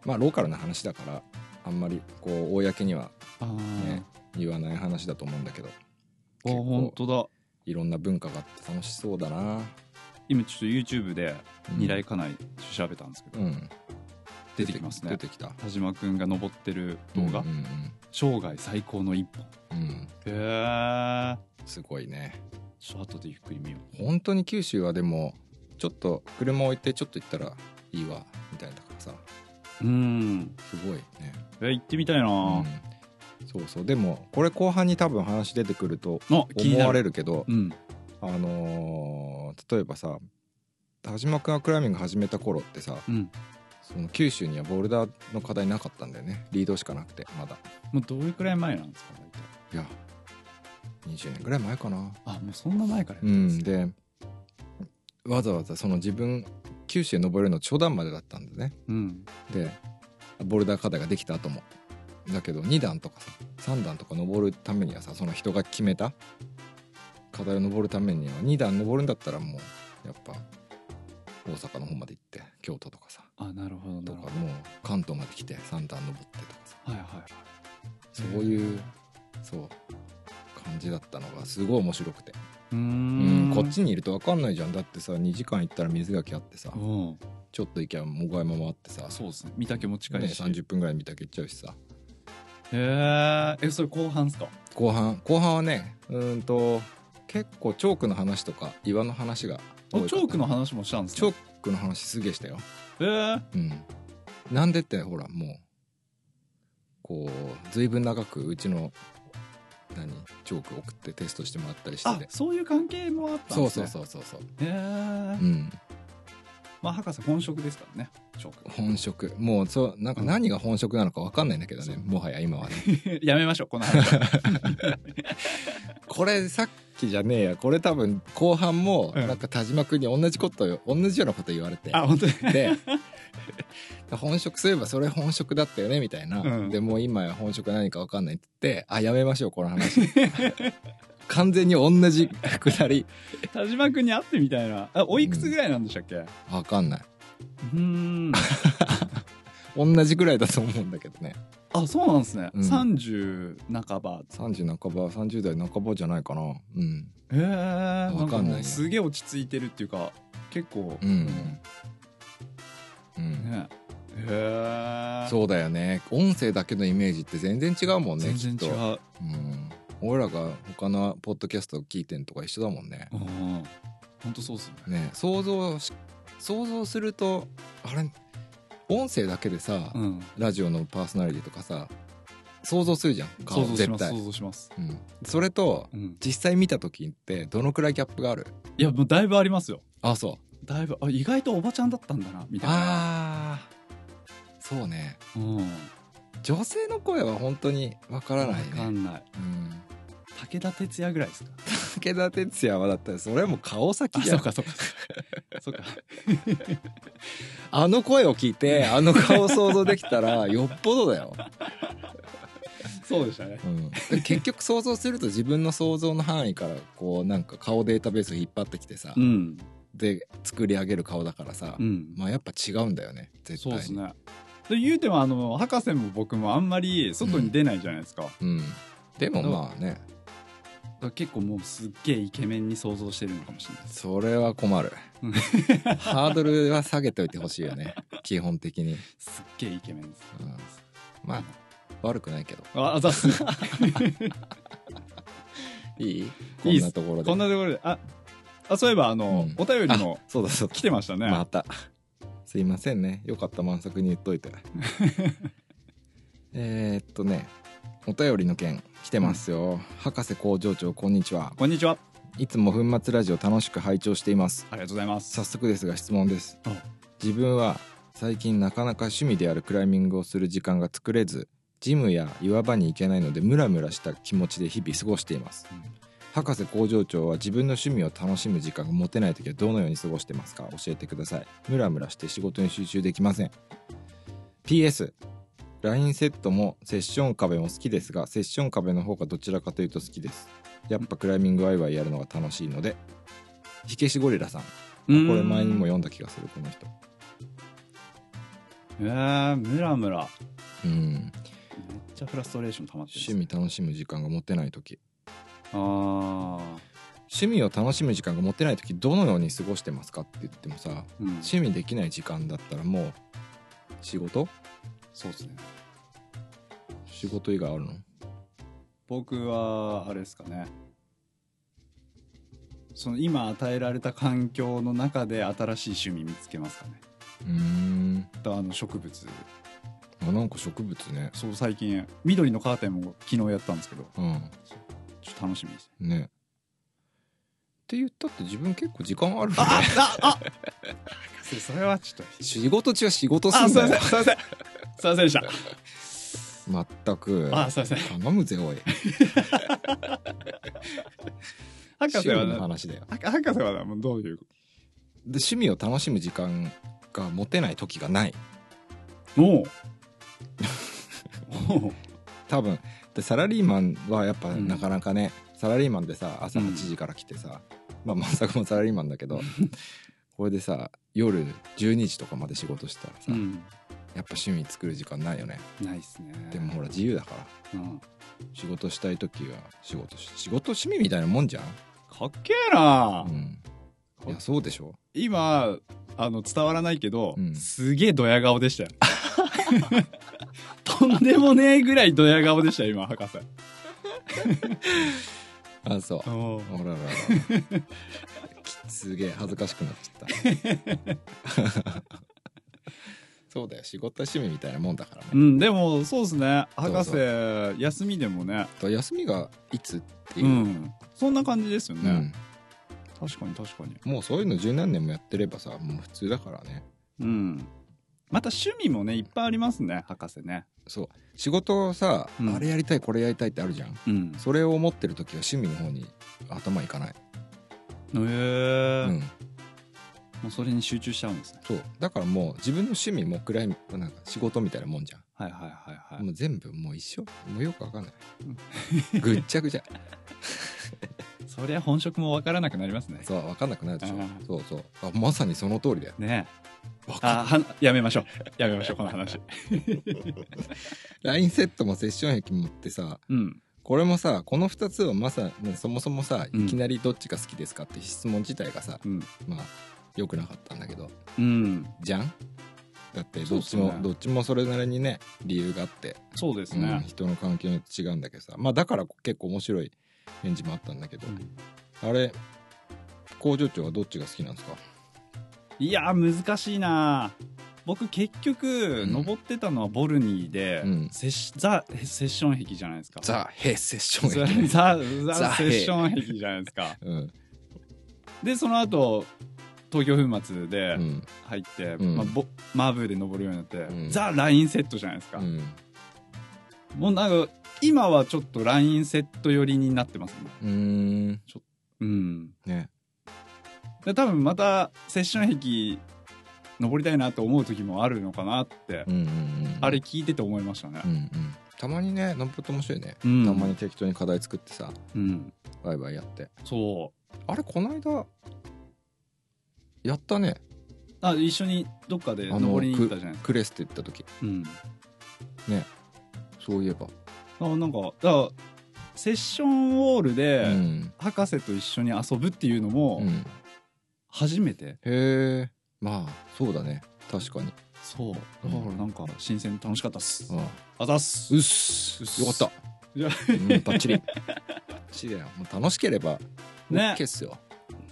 C: まあローカルな話だからあんまりこう公には
B: あー、
C: ね言わない話だと思うんだけど
B: あ
C: 結構
B: 本当だ
C: いろんな文化があって楽しそうだな
B: 今ちょっと YouTube で
C: うん
B: 二来家内調べたんですけど、
C: うん
B: 出てきますね
C: 出てきた
B: 田島くんが登ってる動画、
C: うん
B: 生涯最高の一本
C: うんうんうん
B: へえ
C: すごいね
B: ちょっと後でゆっくり見よう
C: 本当に九州はでもちょっと車置いてちょっと行ったらいいわみたいなからさ
B: うん
C: すごいね、
B: え行ってみたいな、
C: うん、そうそうでもこれ後半に多分話出てくると
B: の気に
C: 思
B: な
C: わ
B: る
C: れるけど
B: うん
C: あのー例えばさ田島君がクライミング始めた頃ってさ
B: うん
C: その九州にはボルダーの課題なかったんだよねリードしかなくてまだ
B: もうどれくらい前なんですか大体
C: いや20年ぐらい前かな
B: あもうそんな前か
C: う
B: らやってたん
C: ん
B: ですね
C: でわざわざその自分九州へ登れるの初段までだったんだよね
B: うん
C: でボルダー課題ができた後もだけど2段とかさ3段とか登るためにはさその人が決めた課題を登るためには2段登るんだったらもうやっぱ大阪の方まで行って京都とかさ
B: あなるほど
C: とか
B: なるほ
C: も
B: ど
C: う関東まで来て3段登ってとかさ
B: はいはいはい
C: そういうそう感じだったのがすごい面白くて
B: うー
C: うん
B: ん
C: こっちにいると分かんないじゃんだってさ2時間行ったら水垣あってさ
B: うん
C: ちょっと行きゃもがいももあってさ
B: あそうですね見たけも近
C: ね
B: いし、
C: 30分ぐらい見たけ行っちゃうしさ
B: へええそれ後半っすか
C: 後半後半はねうーんと結構チョークの話とか岩の話が多い
B: お
C: か
B: チ
C: な
B: ョークの話もしたんです
C: チョ
B: ね
C: ークの話すげえしたよ
B: えー、
C: うんなんでってほらもうこう随分長くうちの何チョーク送ってテストしてもらったりして
B: あ
C: て
B: そういう関係もあったん
C: そ
B: で
C: う
B: す
C: そ
B: ね
C: うそうそうそう
B: へえー
C: うん
B: まあ博士本職ですからねチョーク
C: 本職もうそうなんか何が本職なのか分かんないんだけどねもはや今はね
B: やめましょうこの話 は
C: これさっきじゃねえやこれ多分後半も
B: うん
C: なんか田島君に同じことよ同じようなこと言われて
B: あ本当に
C: で 本職すればそれ本職だったよねみたいな、
B: うん
C: でもう今や本職何か分かんないって言ってあやめましょうこの話 完全に同じくだり
B: 田島君に会ってみたいなあおいくつぐらいなんでしたっけう
C: 分かんない
B: ーん
C: 同じぐらいだと思うんだけどね
B: あそうなんですね、
C: うん
B: 30半ば
C: 30半ば30代半ばじゃないかなうん
B: へえなん
C: わ
B: か
C: かんな
B: も
C: いう
B: すげえ落ち着いてるっていうか結構、
C: うんうん
B: ねへえ
C: そうだよね音声だけのイメージって全然違うもんねき
B: 全
C: っと
B: 然違う、
C: うん、俺らが他のポッドキャスト聞いてんとか一緒だもんね
B: うん、本当そうっすね
C: ね想像し想像するとあれ音声だけでさ、
B: うん
C: ラジオのパーソナリティとかさ想像するじゃん顔
B: 想像しま
C: 絶
B: す
C: 対
B: 想、像します、
C: うん、それと
B: うん、
C: 実際見た時ってどのくらいギャップがある
B: いやもうだいぶありますよ
C: あそう
B: だいぶあ意外とおばちゃんだったんだなみたいな
C: あーそうね
B: うん
C: 女性の声は本当にわからない
B: わか
C: ね、
B: んない
C: うん、
B: 武田鉄矢ぐらいですか
C: 武田鉄矢はだったらそれはもう顔先
B: あ
C: じゃ
B: そ
C: ん
B: うかそうか そうか
C: あの声を聞いてあの顔を想像できたら よっぽどだよ、
B: そうでしたね
C: うん、で結局想像すると自分の想像の範囲からこうなんか顔データベースを引っ張ってきてさ、
B: うん
C: で作り上げる顔だからさ、
B: うん
C: まあやっぱ違うんだよね絶
B: そう
C: 対
B: で
C: に
B: すねで言うてもあの博士も僕もあんまり外に出ないじゃないですか,、だか
C: うん、でもまあね
B: ら結構もうすっげえイケメンに想像してるのかもしれないです
C: それは困る
B: う ん
C: ハードルは下げておいてほしいよね基本的に、
B: すっげえイケメンです
C: うん、まあ悪くないけど
B: ああざっ す
C: いいこ
B: いい
C: ん
B: っす
C: なところで
B: こんなところでああそういえばあの、
C: うん
B: お便りも
C: あそうだそうだ
B: 来てましたね、
C: またすいませんねよかった満作に言っといてえーっとねお便りの件来てますよ、博士工場長こんにちは
B: こんにちはい
C: つも粉末ラジオ楽しく拝聴しています
B: ありがとうございます
C: 早速ですが質問です
B: あ
C: 自分は最近なかなか趣味であるクライミングをする時間が作れずジムや岩場に行けないのでムラムラした気持ちで日々過ごしています、
B: うん
C: 博士工場長は自分の趣味を楽しむ時間が持てない時はどのように過ごしてますか教えてくださいムラムラして仕事に集中できません PS ラインセットもセッション壁も好きですがセッション壁の方がどちらかというと好きですやっぱクライミングワイワイやるのが楽しいので火消しゴリラさん
B: こ
C: これ前にも読んだ気がするこの人
B: えー、ムラムラ
C: うん
B: めっちゃフラストレーション溜まってる
C: 趣味楽しむ時間が持てない時
B: ああ
C: 趣味を楽しむ時間が持てない時どのように過ごしてますかって言ってもさ
B: うん
C: 趣味できない時間だったらもう仕事
B: そうですね
C: 仕事以外あるの
B: 僕はあれですかねその今与えられた環境の中で新しい趣味見つけますかね
C: うーん
B: あとあの植物
C: あなんか植物ね
B: そう最近緑のカーテンも昨日やったんですけど
C: うん
B: ちょっと楽しみです
C: ねって言ったって自分結構時間あるね
B: それはちょっと
C: 仕事中は仕事す
B: あ
C: ん
B: すいま
C: だよ
B: せ んすいませんすいませんでした
C: まったく
B: あすいません
C: 頼むぜおい
B: 博
C: 趣
B: 士
C: 味
B: は
C: の
B: な
C: 話だよ
B: 博博士はなもうどういう
C: で趣味を楽しむ時間が持てない時がない
B: もう もう
C: 多分でサラリーマンはやっぱ
B: ん
C: なかなかね、サラリーマンでさ朝
B: うん
C: 8時から来てさ、まあまさかもサラリーマンだけど これでさ夜12時とかまで仕事したらさ、
B: うん
C: やっぱ趣味作る時間ないよね
B: ないっすね
C: でもほら自由だから
B: うん
C: 仕事したい時は仕事し仕事趣味みたいなもんじゃん、
B: かっけえな
C: うん、いやそうでしょ
B: 今あの伝わらないけど、
C: うん
B: すげえドヤ顔でしたよとんでもねえぐらいドヤ顔でしたよ今博士
C: あそうあ
B: お
C: らららら きすげえ恥ずかしくなっちゃった そうだよ仕事は趣味みたいなもんだからね
B: うんでもそうですね
C: どう
B: 博
C: ぞ
B: 士休みでもね
C: だから休みがいつっていうう、
B: んそんな感じですよ
C: う
B: ね
C: ん、
B: 確かに確かに
C: もうそういうの十何年もやってればさもう普通だからね
B: うんまた趣味もねいっぱいありますね博士ね
C: そう仕事をさ、
B: うん
C: あれやりたいこれやりたいってあるじゃん
B: うん
C: それを思ってる時は趣味の方に頭いかない、
B: へえ
C: うん
B: もうそれに集中しちゃうんですね
C: そうだからもう自分の趣味もくらいなんか仕事みたいなもんじゃん、
B: はいはいはいはい、
C: もう全部もう一緒もうよくわかんないぐっちゃ ぐちゃ
B: そりゃ本職もわからなくなりますね
C: そうわかんなくなるでしょ
B: うん
C: そうそうあまさにその通りだよ
B: ねあはやめましょうやめましょうこの話
C: ラインセットもセッション壁もってさ
B: うん
C: これもさこの2つはまさにそもそもさ
B: うん
C: いきなりどっちが好きですかって質問自体がさ、
B: うん
C: まあ良くなかったんだけど
B: うん
C: じゃんだって
B: そ
C: ど
B: うっ
C: っ
B: す
C: ち
B: ね
C: もどっちもそれなりにね理由があって、
B: そうです
C: うん
B: ね、
C: 人の環境によって違うんだけどさまあだから結構面白い返事もあったんだけど、あれ工場長はどっちが好きなんですか
B: いや難しいな僕結局、
C: うん
B: 登ってたのはボルニーで、
C: うん
B: セッシザセッション壁じゃないですか
C: ザ・ヘイセッション
B: ザ
C: 壁ね
B: ザ
C: ザ
B: ザセッション壁じゃないですか
C: うん
B: でその後東京粉末
C: う
B: で
C: ん
B: 入って、
C: うん
B: まあ、ボマーブーで登るようになって、
C: ん
B: ザ・ラインセットじゃないですか、
C: うん
B: もうなんか今はちょっとラインセット寄りになってますね
C: うーん
B: うん
C: ね
B: で多分またセッション壁登りたいなと思う時もあるのかなって、
C: うんうんうん
B: あれ聞いてて思いましたね
C: うんうんたまにね登って面白いね、
B: うん
C: たまに適当に課題作ってさ
B: うん
C: ワイワイやって
B: そう
C: あれこの間やったね
B: あ一緒にどっかで
C: あの
B: 登りに行ったじゃないですか
C: クレステ行った時
B: うん
C: そういえば、
B: あなんかだからセッションウォール
C: う
B: で
C: ん、
B: 博士と一緒に遊ぶっていうの
C: う
B: も
C: ん、
B: 初めて、
C: へえまあそうだね確かに
B: そうだからなんか新鮮で楽しかったっす、
C: あ
B: あざっす
C: うっすよかった
B: いや
C: うんバッチリバッチリだよもう楽しければ
B: ね
C: OK っすよ、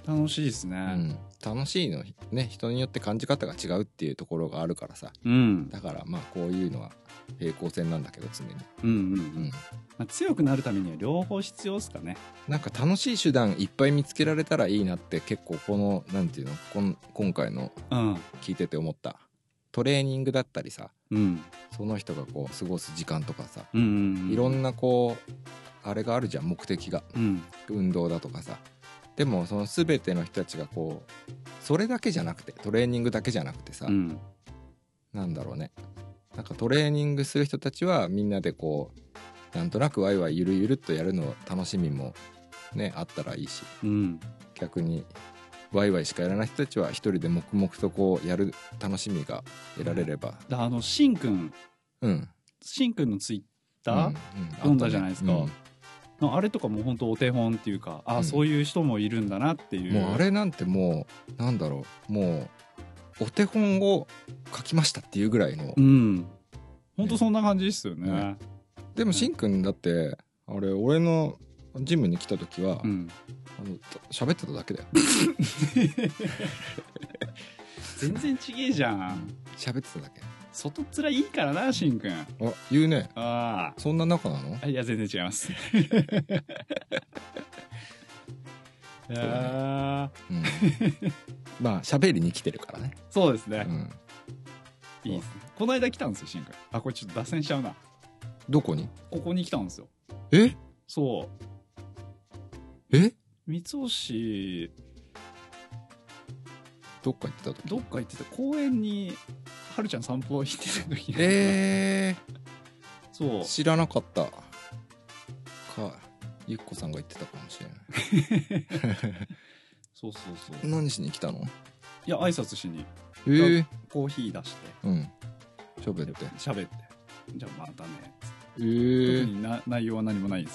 B: 楽しいです
C: う
B: ね
C: ん、楽しいのね人によって感じ方が違うっていうところがあるからさ
B: うん、うん、
C: だからまあこういうのは平行線なんだけど常に、
B: うんうん
C: うん、
B: まあ強くなるためには両方必要っすかね
C: なんか楽しい手段いっぱい見つけられたらいいなって結構このなんていうのこん今回の
B: うん
C: 聞いてて思ったトレーニングだったりさ
B: うん
C: その人がこう過ごす時間とかさ
B: うんうん
C: いろ
B: な、
C: んなこうあれがあるじゃん目的が
B: うん、
C: 運動だとかさでもその全ての人たちがこうそれだけじゃなくてトレーニングだけじゃなくてさ、
B: うん
C: なんだろうねなんかトレーニングする人たちはみんなでこうなんとなくワイワイゆるゆるっとやるの楽しみもねあったらいいし
B: うん
C: 逆にワイワイしかやらない人たちは一人で黙々とこうやる楽しみが得られれば
B: だあのしんくん
C: うん
B: しんくんのツイッター、
C: うんうん
B: 読んだじゃないですか
C: あったね
B: あれとかも本当お手本っていうかあ、
C: うん
B: そういう人もいるんだなっていう
C: うんもうあれなんてもうなんだろうもうお手本を書きましたっていうぐらいの、
B: うん本当そんな感じですよね
C: ねでもしんくんだってあれ俺のジムに来た時は、
B: うん
C: あの喋ってただけだよ
B: 全然ちげえじゃん
C: 喋ってただけ
B: 外っ面いいからなしんくんあ
C: あ言うね
B: あ
C: そんな仲なの
B: いや全然違いま すいやー
C: うん まあ喋りに来てるからね、
B: そうですね
C: う、ん、
B: いいですねこの間来たんですよしんくんあこれちょっと脱線しちゃうな
C: どこに
B: ここに来たんですよ
C: え
B: そう
C: え
B: 三越
C: どっか行ってた時
B: どっか行ってた公園にはるちゃん散歩行ってた時に
C: え
B: そう
C: ー、知らなかったかゆっこさんが言ってたかもしれない
B: そうそうそう
C: 何しに来たの
B: いや挨拶しに
C: え
B: ーコーヒー出して
C: うん喋って
B: 喋ってじゃあまたねっつって
C: え
B: 特
C: ー、
B: にな内容は何もないんで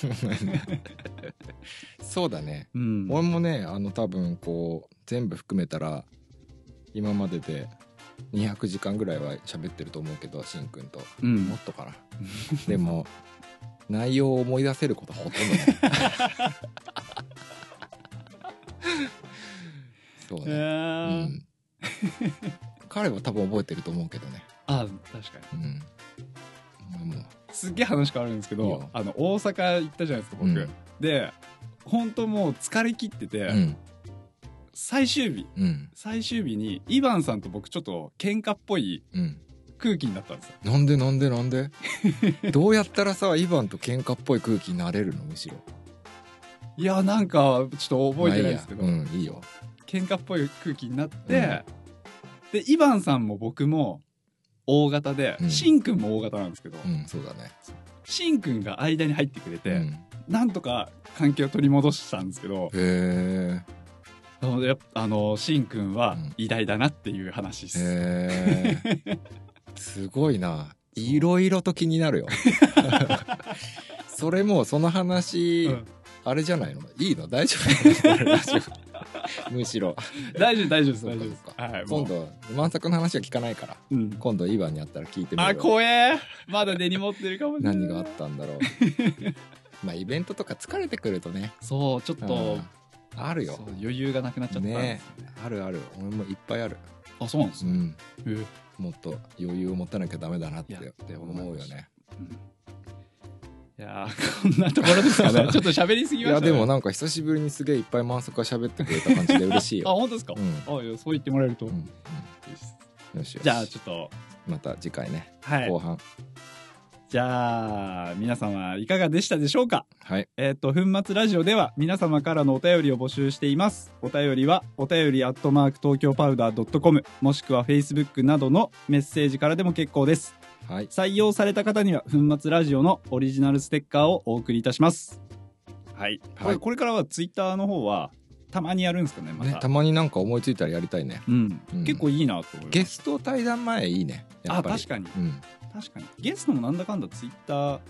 B: すよ
C: そうだね
B: うん
C: 俺もねあの多分こう全部含めたら今までで200時間ぐらいは喋ってると思うけどしんくんと
B: うん
C: もっとかなでも内容を思い出せることはほとんどないそう
B: え
C: ね、う
B: ー
C: ん、彼は多分覚えてると思うけどね
B: あ確かに
C: うんお前も
B: すっげえ話変わるんですけ
C: いい
B: ど
C: よ
B: あの大阪行ったじゃないですか僕、
C: うん
B: で本当もう疲れ切ってて、
C: うん
B: 最終日
C: うん
B: 最終日にイバンさんと僕ちょっと喧嘩っぽい
C: うん
B: 空気になったんですよ
C: なんでなんでなんでどうやったらさイバンと喧嘩っぽい空気になれるのむしろ
B: いやなんかちょっと覚えてないんですけど、
C: まあいいやうんいいよ
B: 喧嘩っぽい空気になって、でイバンさんも僕も大型で、
C: うん
B: シンくんも大型なんですけど、
C: うんそうだね
B: シンくんが間に入ってくれて、
C: うん、へ
B: なんとか関係を取り戻したんですけど
C: え
B: あのやっぱあのしんくんは
C: うん
B: 偉大だなっていう話です、
C: へ えすごいないろいろと気になる よそれもうその話、
B: うん
C: あれじゃないのいいの大丈夫これラジオ むしろ
B: 大丈夫大丈夫です
C: そう
B: 大
C: かそ
B: 丈夫
C: う
B: です
C: か、
B: はいもう
C: 今度満作の話は聞かないから
B: うん
C: 今度イバに会ったら聞いてみる
B: あ
C: よ
B: 怖えまだ根に持ってるかもしれない
C: 何があったんだ ろうまあイベントとか疲れてくるとね
B: そうちょっと
C: あーあるよ
B: そう余裕がなくなっちゃったんで
C: ね
B: す
C: あるある俺もいっぱいある
B: あそうなんです
C: う
B: ね、
C: ん
B: へえ
C: もっと余裕を持たなきゃダメだなって
B: いやって思いました
C: 思うよね
B: いやーこんなところですか ねちょっと喋りす
C: い
B: ぎまし
C: や
B: たね
C: でもなんか久しぶりにすげえいっぱい満足が喋ってくれた感じで嬉しい
B: あ
C: よ
B: 本当ですか
C: う、ん
B: あいやそう言ってもらえると、
C: うんよしよし
B: じゃあちょっと
C: また次回ね
B: はい
C: 後半
B: じゃあ皆様いかがでしたでしょうか
C: はい
B: えっ、と、粉末ラジオでは皆様からのお便りを募集しています。お便りは、お便りアットマーク東京パウダー .com、もしくは Facebook などのメッセージからでも結構です。
C: はい
B: 採用された方には、粉末ラジオのオリジナルステッカーをお送りいたします。はい。こ
C: は
B: れ
C: い
B: これからは Twitter の方は、たまにやるんですかね、また。
C: ねたまになんか思いついたらやりたいね
B: うん、
C: うん
B: 結構いいなと思いま
C: ゲ
B: す。
C: スト対談前いいねや
B: あ、
C: っぱり
B: 確かに。
C: うん
B: 確かに。ゲストもなんだかんだ Twitter や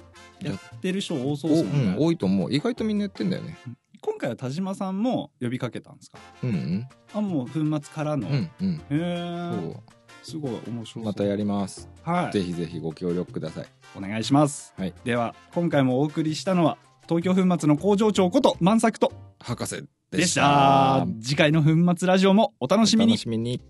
B: ってる人多そうで
C: おう
B: すもんね
C: ん。多いと思う意外とみんなやってんだよね
B: 今回は田島さんも呼びかけたんですか
C: うん
B: あ、もう粉末からの。
C: うんうんうん
B: へ
C: そ
B: え、
C: う
B: すごい面白そう。
C: またやります
B: はい、
C: ぜひぜひご協力ください
B: お願いします。
C: はい
B: では、今回もお送りしたのは、東京粉末の工場長こと万作と
C: 博士
B: で
C: で
B: し
C: した
B: た。次回の粉末ラジオもお楽しみ
C: お
B: に
C: 楽。しみに